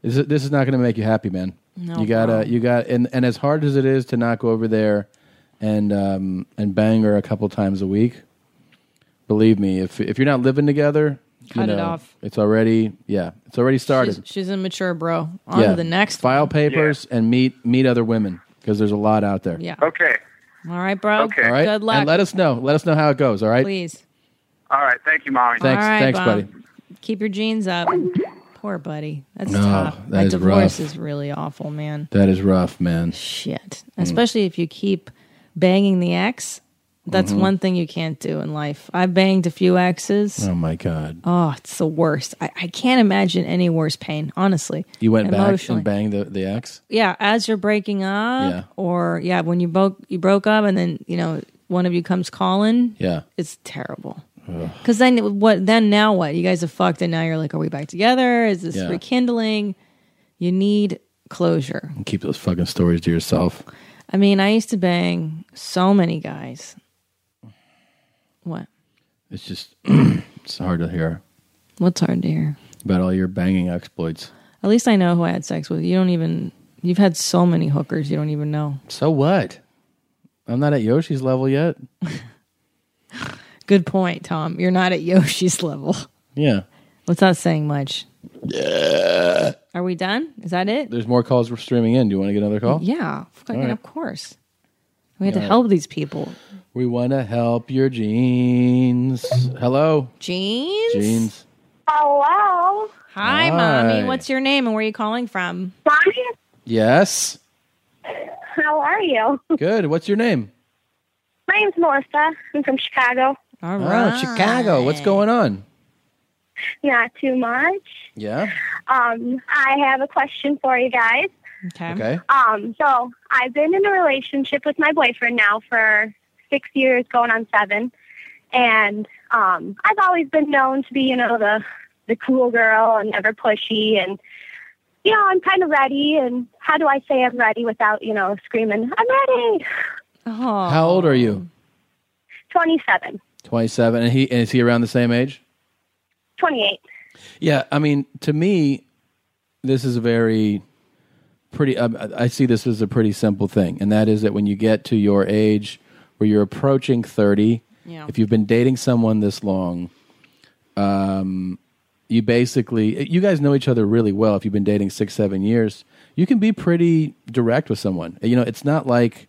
This is, this is not going to make you happy, man.
No,
you gotta,
wow.
you got, and and as hard as it is to not go over there and um and bang her a couple times a week, believe me, if if you're not living together, you
Cut it
know,
off.
It's already, yeah, it's already started.
she's, she's immature bro on
yeah.
to the next
File papers and meet meet other women because there's a lot out there.
yeah
okay
all right bro
All right.
good luck
And let us know. Let us know how it goes. All right.
please
All right. Thank you, mommy.
Thanks.
all right,
Thanks,
Bob.
buddy.
keep your jeans up poor buddy that's
No,
tough
that
my
is
divorce
rough.
is really awful man
That is rough, man.
Shit.
Mm.
especially if you keep banging the ex. That's
Mhm.
one thing you can't do in life. I've banged a few exes.
Oh my god.
Oh, it's the worst. I, I can't imagine any worse pain, honestly.
You went back
Emotionally.
and banged the, the ex?
Yeah, as you're breaking up,
Yeah.
or yeah, when you broke you broke up, and then you know one of you comes calling.
Yeah.
It's terrible.
Ugh.
Because then what? Then now what? You guys have fucked, and now you're like, are we back together? Is this
Yeah.
rekindling? You need closure.
And keep those fucking stories to yourself.
I mean, I used to bang so many guys. What?
It's just <clears throat> it's hard to hear
What's hard to hear?
about all your banging exploits.
At least I know who I had sex with. You don't even. You've had so many hookers. You don't even know.
So what? I'm not at Yoshi's level yet.
Good point, Tom. You're not at <laughs> Yoshi's level.
Yeah.
What's not saying much? Yeah. Are we done? Is that it?
There's more calls we're streaming in. Do you want to get another call?
Yeah.
All
Fucking
right.
Of course. We had
All
to
right.
help these people.
We want to help your jeans. Hello.
Jeans.
Jeans.
Hello. Hi,
Hi.
mommy. What's your name and where are you calling from? Mommy,
Yes.
How are you?
Good. What's your name?
My name's Melissa. I'm from Chicago.
All
Oh, Chicago. What's going on?
Not too much.
Yeah.
Um, I have a question for you guys.
Okay.
Okay.
Um, so I've been in a relationship with my boyfriend now for six years, going on seven, and um, I've always been known to be, you know, the the cool girl and never pushy, and you know, I'm kind of ready. And how do I say I'm ready without, you know, screaming? I'm ready.
Oh.
How old are you?
Twenty-seven.
27. And he and is he around the same age?
28.
Yeah, I mean, to me, this is a very pretty. I, I see this as a pretty simple thing, and that is that when you get to your age, where you're approaching thirty,
Yeah.
if you've been dating someone this long, um, you basically you guys know each other really well. If you've been dating six, seven years, you can be pretty direct with someone. You know, it's not like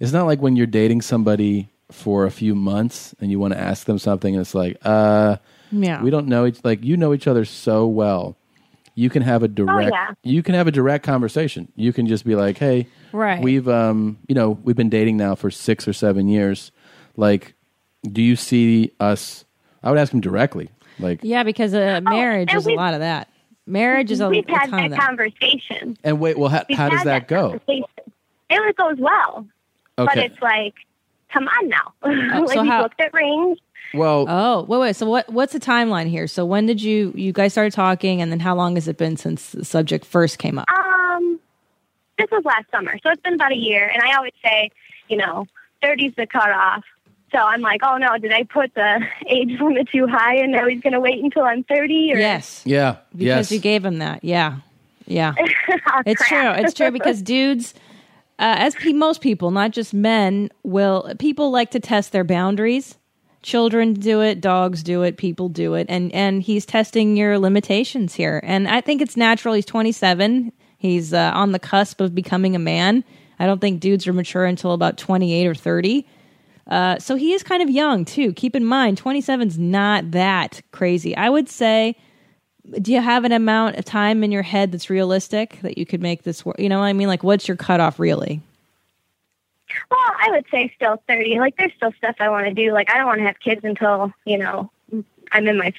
it's not like when you're dating somebody for a few months and you want to ask them something, and it's like, uh.
Yeah.
We don't know each like you know each other so well. You can
Oh,
have a direct
yeah.
you can have a direct conversation. You can just be like, "Hey,
Right.
we've um, you know, we've been dating now for 6 or 7 years. Like, do you see us I would ask him directly. Like,
Yeah, because uh, marriage is a lot of that. Marriage is a,
Oh, We've
a
had
ton of
that,
that.
conversation.
and wait, well, how,
We've
how does
had
that go?
conversation. It goes well, but
Okay.
it's like, come on now. <laughs>
Oh,
like
so
we
how-
looked at rings.
Well,
oh, wait, wait. So what? What's the timeline here? So when did you you guys start talking, and then how long has it been since the subject first came up?
Um, this was last summer, so it's been about a year. And I always say, you know, 30's the cutoff. So I'm like, oh no, did I put the <laughs> age limit too high, and now he's going to wait until I'm 30? Or
Yes.
Yeah.
because
yes.
you gave him that. Yeah, yeah. it's true. It's true because dudes, uh, as pe- most people, not just men, will people like to test their boundaries. Children do it, dogs do it, people do it, and and he's testing your limitations here. And I think it's natural. He's 27. He's uh, on the cusp of becoming a man. I don't think dudes are mature until about 28 or 30. Uh, so he is kind of young too. Keep in mind, 27's not that crazy. I would say do you have an amount of time in your head that's realistic that you could make this work? You know what I mean? Like, what's your cutoff really?
Well, I would say still 30. Like, there's still stuff I want to do. Like, I don't want to have kids until, you know, I'm in my,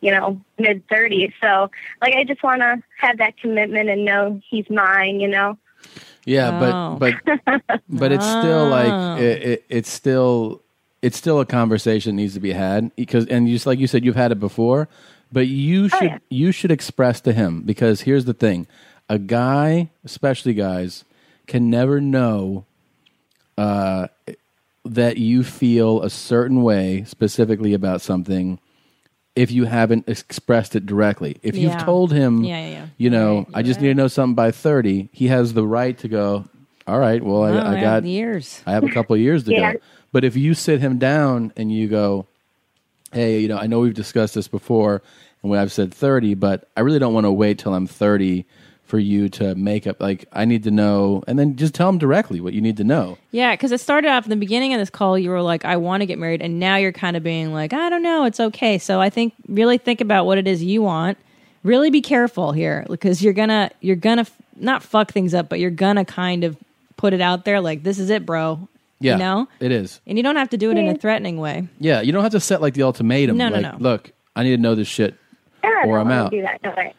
you know, mid 30s. So, like, I just want to have that commitment and know he's mine, you know?
Yeah,
Oh.
but
<laughs>
but but it's still
Oh.
like it, it, it's still it's still a conversation that needs to be had because and just like you said, you've had it before, but
Oh,
you should you should express to him because here's the thing: a guy, especially guys, can never know uh, that you feel a certain way specifically about something if you haven't expressed it directly. If you've
Yeah.
told him,
Yeah, yeah, yeah.
you know, I just need to know something by 30, he has the right to go, all right, well, I,
Oh, I
I
have
got
years.
I have a couple of years to
Yeah.
go. But if you sit him down and you go, hey, you know, I know we've discussed this before and when I've said 30, but I really don't want to wait till I'm 30 for you to make up. Like, I need to know. And then just tell him directly what you need to know.
Yeah, because it started off in the beginning of this call, you were like, I want to get married. And now you're kind of being like, I don't know, it's okay. So I think really think about what it is you want. Really be careful here because you're going to, you're going to f- not fuck things up, but you're going to kind of put it out there like, this is it, bro.
Yeah.
You know?
It is.
And you don't have to do it in a threatening way.
Yeah, you don't have to set like the ultimatum.
No, no,
like,
no.
Look, I need to know this shit or I'm out.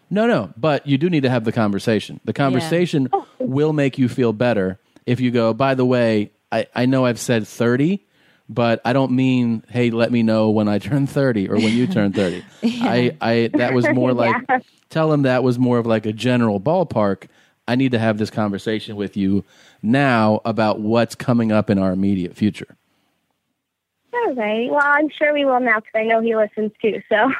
No, no, but you do need to have the conversation. The conversation will make you feel better if you go, by the way, I, I know I've said 30, but I don't mean, hey, let me know when I turn 30 or when you turn 30. I, I That was more like,
Yeah.
tell him that was more of like a general ballpark. I need to have this conversation with you now about what's coming up in our immediate future.
All right. Well, I'm sure we will now because I know he listens too. So, <laughs>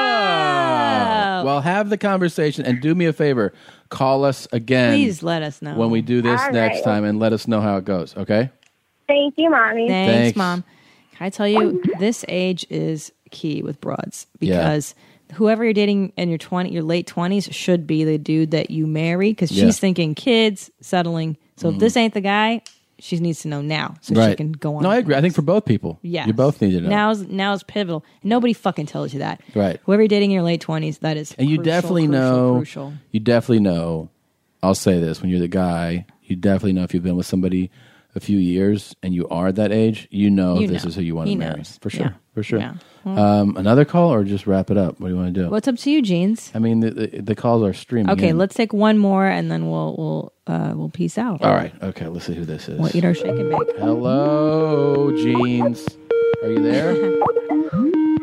Ah. Well, have the conversation and do me a favor. Call us again.
Please let us know.
When we do this
Um, All
next
right.
time and let us know how it goes, okay?
thank you, mommy.
Thanks,
Thanks.
mom. Can I tell you, this age is key with broads
Yeah.
because whoever you're dating in your twenty, your late twenties, should be the dude that you marry because
Yeah.
she's thinking kids, settling. So
Mhm.
if this ain't the guy, she needs to know now so she can go on.
No, I agree. I think for both people.
Yes.
You both need to know.
Now's now's pivotal. Nobody fucking tells you that.
right.
Whoever you're dating in your late twenties, that is,
And you
crucial,
definitely
crucial,
know
crucial.
you definitely know I'll say this when you're the guy, you definitely know if you've been with somebody a few years and you are that age, you know
You
this
know.
is who you want
He
to marry.
knows.
For sure.
Yeah.
For sure.
Yeah.
Um, another call or just wrap it up? What do you want to do?
What's up to you, jeans?
I mean, the, the, the calls are streaming.
Okay,
in.
let's take one more and then we'll we'll uh, we'll peace out.
All right. Okay. Let's see who this is.
We'll eat our shake and bake.
Hello, jeans. Are you
<laughs>
there?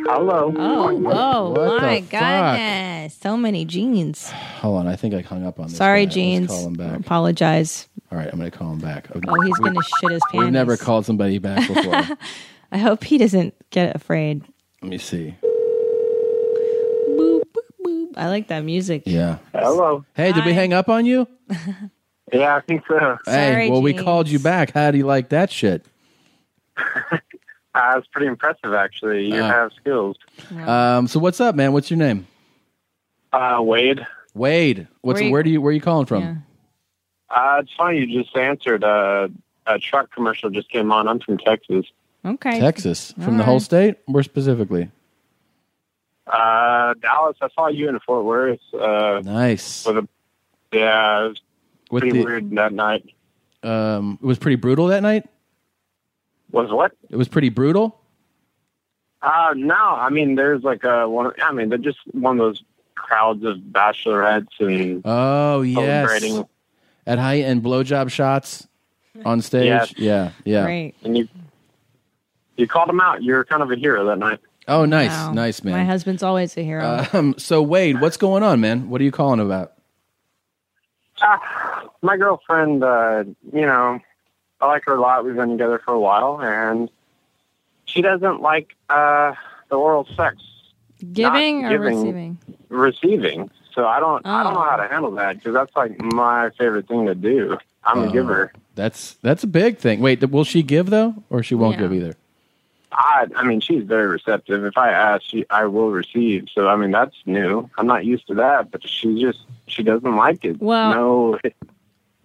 Hello. Oh, whoa,
What the
my
fuck?
goodness. So many jeans.
Hold on. I think I hung up on this.
Sorry,
guy. Let's
jeans.
call him back.
Apologize.
All right. I'm going to call him back.
Oh, he's
We-
going to shit his pants.
We've never called somebody
<laughs>
back before. Let
I hope he doesn't get afraid.
me see.
I like that music.
Yeah.
Hello.
Hey, did we
Hi.
hang up on you?
Yeah, I think uh, so.
Hey, well, we called you back. How do you like that shit?
Uh, it's pretty impressive, actually. You
Uh.
have skills.
Um, so what's up, man? What's your name?
Uh, Wade,
Wade. What's
Where
where,
you-
do you where are you calling from?
uh, it's funny you just answered. Uh, a truck commercial just came on. I'm from Texas.
Okay.
Texas. From the
All
whole
right.
state? Where specifically?
Uh, Dallas, I saw you in Fort Worth. Uh,
Nice.
With a, yeah, it was
With
pretty
the-
weird that night.
Um, it was pretty brutal that night.
Was what?
It was pretty brutal.
Uh, no, I mean, there's like a one. I mean, they're just one of those crowds of bachelorettes and
Oh yes,
celebrating.
at high end blowjob shots on stage.
Yes.
Yeah, yeah.
And you you called them out. You're kind of a hero that night.
Oh, nice,
Wow.
nice man.
My husband's always a hero.
Um, so Wade, what's going on, man? What are you calling about?
Ah, <sighs> my girlfriend, uh, you know, I like her a lot. We've been together for a while, and she doesn't like uh, the oral sex
giving or
Not giving.
receiving?
receiving. So I don't, I don't
Oh.
know how to handle that because that's like my favorite thing to do. I'm
Oh.
a giver.
That's that's a big thing. Wait, th- will she give though, or she won't give either?
I, I mean, she's very receptive. If I ask, she, I will receive. So I mean, that's new. I'm not used to that, but she just, she doesn't like it.
Well-
no,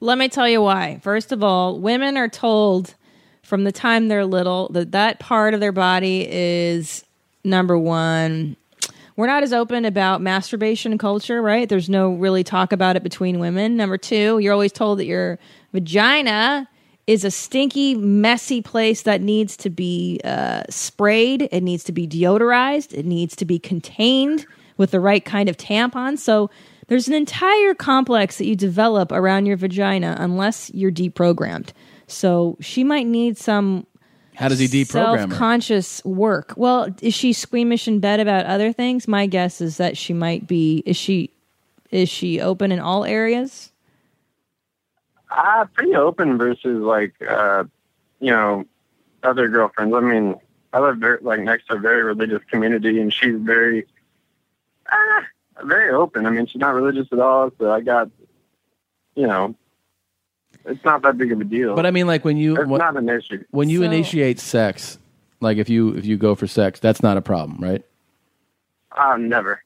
Let me tell you why. First of all, women are told from the time they're little that that part of their body is number one. We're not as open about masturbation culture, right? There's no really talk about it between women. Number two, you're always told that your vagina is a stinky, messy place that needs to be uh, sprayed. It needs to be deodorized. It needs to be contained with the right kind of tampon. So there's an entire complex that you develop around your vagina unless you're deprogrammed. So she might need some
How does he deprogram her?
self-conscious work. Well, is she squeamish in bed about other things? My guess is that she might be. Is she is she open in all areas?
Ah, pretty open versus like uh, you know other girlfriends. I mean, I live very, like next to a very religious community, and she's very ah, very open. I mean, she's not religious at all, so I got you know it's not that big of a deal.
But I mean, like when you
it's
when,
not an issue.
when you initiate sex, like if you if you go for sex, that's not a problem, right?
uh, never.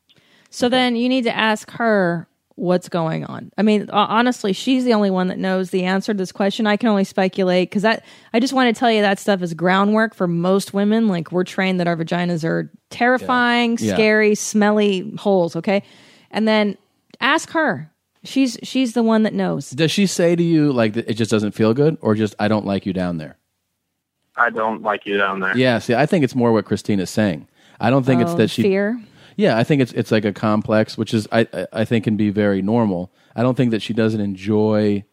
So then you need to ask her what's going on. I mean, ho- honestly, she's the only one that knows the answer to this question. I can only speculate because that I just want to tell you that stuff is groundwork for most women. Like we're trained that our vaginas are terrifying,
Yeah.
scary, smelly holes. Okay, and then ask her. She's she's the one that knows.
Does she say to you like that it just doesn't feel good, or just I don't like you down there?
I don't like you down there.
Yeah, see, I think it's more what Christina's saying. I don't think it's
Oh,
that she
fear.
Yeah, I think it's it's like a complex, which is I I- I think can be very normal. I don't think that she doesn't enjoy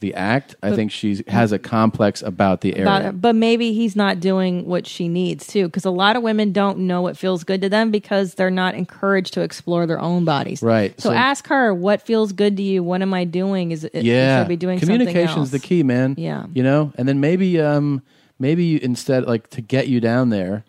the act. I
But-
think she has a complex about the area.
about it, but maybe he's not doing what she needs too, because a lot of women don't know what feels good to them because they're not encouraged to explore their own bodies.
Right.
So,
So-
ask her what feels good to you. What am I doing? Is it
yeah,
should be doing
communication's
something
the
else.
key, man.
Yeah.
you know, and then maybe um maybe you, instead like to get you down there,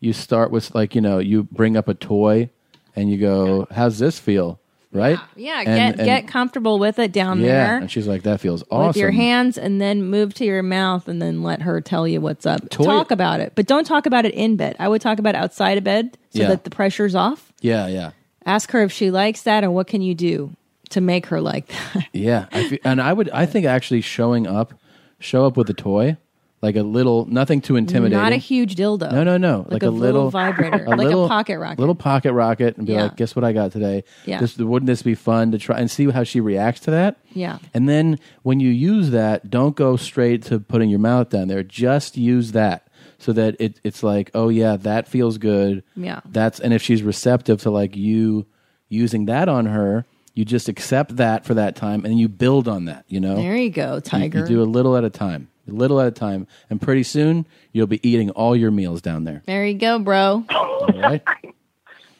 you start with like you know you bring up a toy, and you go, "How's this feel?" Right?
yeah,
And-
get
and-
get comfortable with it down
yeah.
there
And she's like, "That feels awesome."
with your hands, and then move to your mouth, and then let her tell you what's up.
Toy-
talk about it, but don't talk about it in bed. I would talk about it outside of bed so
Yeah.
that the pressure's off.
Yeah, yeah.
Ask her if she likes that, and what can you do to make her like that.
Yeah, I fe- and I would. I think actually showing up, show up with a toy, like a little, nothing too intimidating.
Not a huge dildo.
No, no, no.
Like, a, little vibrator, like a pocket rocket.
Little pocket rocket, and be
Yeah.
like, "Guess what I got today?
Yeah.
This, wouldn't this be fun to try and see how she reacts to that?"
Yeah.
And then when you use that, don't go straight to putting your mouth down there. Just use that so that it, it's like, "Oh yeah, that feels good."
Yeah.
That's and if she's receptive to like you using that on her, you just accept that for that time and you build on that, you know?
There you go, tiger.
You, do a little at a time. A little at a time. And pretty soon you'll be eating all your meals down there.
There you go, bro.
All
<laughs>
right?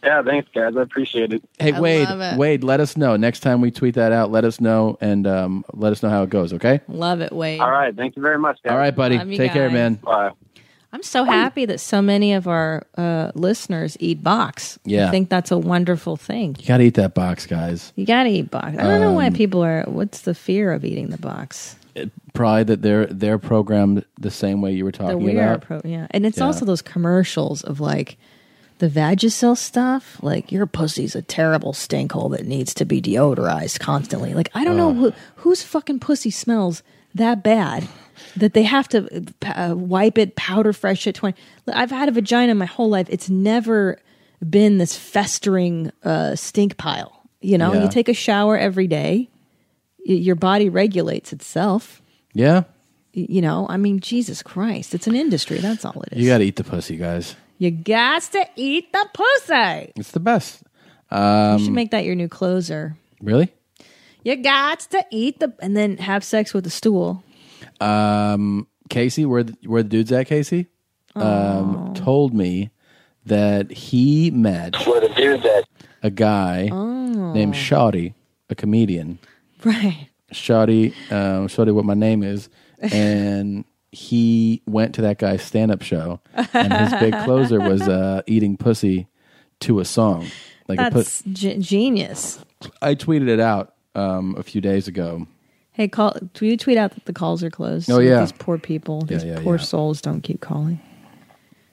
Yeah, thanks guys, I appreciate it.
hey
I love
Wade,
it.
Wade, let us know. Next time we tweet that out, let us know and um, let us know how it goes, okay?
Love it, Wade.
All right, thank you very much, guys.
All right, buddy.
Love you
Take care,
guys.
man.
Bye.
I'm so happy that so many of our uh, listeners eat box.
Yeah.
I think that's a wonderful thing.
You gotta eat that box, guys.
You got to eat box. I don't know why
Um,
people are, what's the fear of eating the box?
Probably that they're they're programmed the same way you were
The
talking
we are
about.
pro, yeah. And it's
Yeah.
also those commercials of like the Vagisil stuff. Like your pussy's a terrible stink hole that needs to be deodorized constantly. Like I
Uh.
don't know who, whose fucking pussy smells that bad that they have to uh, wipe it, powder fresh it. Twenty. I've had a vagina my whole life. It's never been this festering uh, stink pile. You know,
Yeah.
you take a shower every day. Y- your body regulates itself.
yeah.
Y- You know, I mean, Jesus Christ, it's an industry. That's all it is.
You gotta eat the pussy, guys.
You got to eat the pussy.
It's the best. Um,
you should make that your new closer.
really?
You got to eat the and then have sex with a stool. <laughs>
Um, Casey, where the, where the dude's at, Casey,
Oh.
um, told me that he met
Where the dude's at.
a guy
Oh.
named Shoddy, a comedian.
Right.
Shoddy, um, Shoddy, what my
<laughs>
name is, and he went to that guy's stand-up show, and his big closer was uh, eating pussy to a song. Like I
That's
put,
ge- genius.
I tweeted it out um, a few days ago.
Hey, call. Do you tweet out that the calls are closed?
Oh,
so that
yeah.
These poor people.
Yeah,
These
yeah,
poor
yeah.
souls don't keep calling.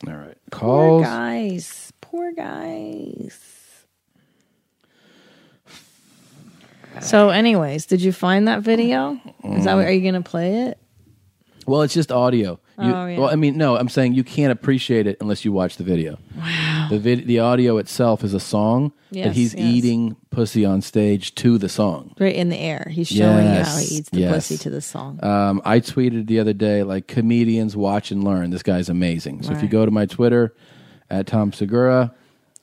All right,
Poor
calls.
guys. Poor guys. So, anyways, did you find that video? Is
Mm.
that what, are you going to play it?
Well, it's just audio. You,
Oh, yeah.
Well, I mean, no, I'm saying you can't appreciate it unless you watch the video. Wow. The vid- the audio itself is a song that
Yes,
he's
yes.
eating pussy on stage to the song.
Right in the air. He's showing you how
Yes,
he eats the
yes.
pussy to the song.
Um, I tweeted the other day like comedians watch and learn. This guy's amazing. So if you
Right.
go to my Twitter at Tom Segura,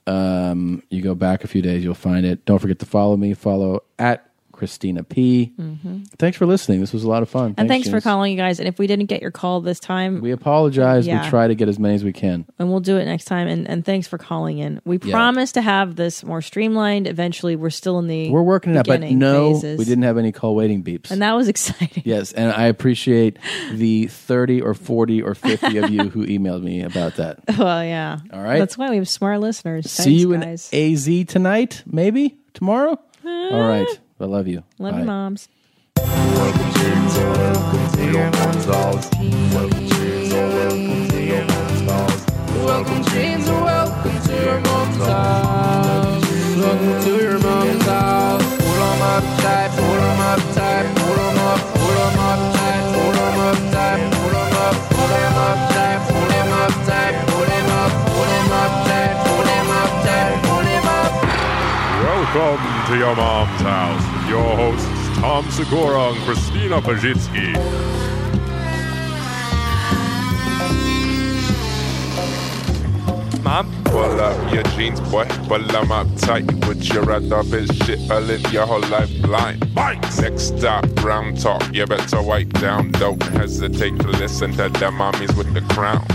um, you go back a few days, you'll find it. Don't forget to follow me. Follow at Christina P.
Mhm.
Thanks for listening. This was a lot of fun.
And thanks, for
James.
calling, you guys. And if we didn't get your call this time,
We apologize.
Yeah.
We try to get as many as we can.
and we'll do it next time. And, and thanks for calling in. We
Yeah.
promise to have this more streamlined. Eventually, we're still in the
We're working it out, but
beginning
no,
phases.
we didn't have any call waiting beeps.
And that was <laughs> exciting.
yes, and I appreciate the 30 or 40 or 50 of you
<laughs>
who emailed me about that.
Well, yeah.
All right.
That's why we have smart listeners. Oh, Thanks,
See you
guys. Ah.
in AZ tonight, maybe tomorrow. All right. I love you.
Love you, moms.
Welcome, James, and welcome to your mom's house. Welcome to your mom's house. Pull 'em up tight, pull 'em up tight, pull 'em up, pull 'em up tight, pull 'em up tight, pull 'em up, pull 'em up tight, pull 'em up tight, pull 'em up, pull 'em up tight, pull 'em up tight, pull 'em up.
Welcome to your mom's house with your hosts Tom Segura and Christina Pajitsky.
Mom? Pull up your jeans, boy. Pull them up tight. Put your right up in shit. I live your whole life blind. Next stop, round talk. You better wipe down. Don't hesitate to listen to the mommies with the crown.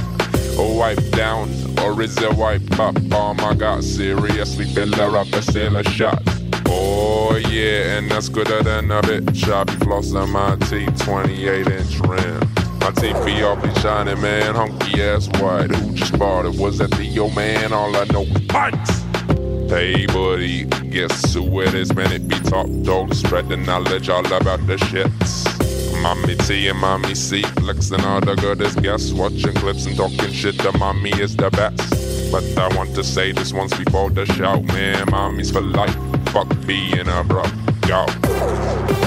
Or wipe down, or is it wipe up? Oh my god, seriously, fill her up a sailor shot. Oh yeah, and that's gooder than a bitch. I be flossing my teeth, 28 inch rim. My teeth be all be shining, man. Hunky ass white. Who just bought it? Was that the old man? All I know is pints. Hey, buddy, guess who it is, man? It be top dog, spread the knowledge all about the shits. Mommy T and Mommy C, flexing all the goodest guests, watching clips and talking shit. The mommy is the best. But I want to say this once before the shout, man. Mommy's for life. Fuck being a bro. Yo.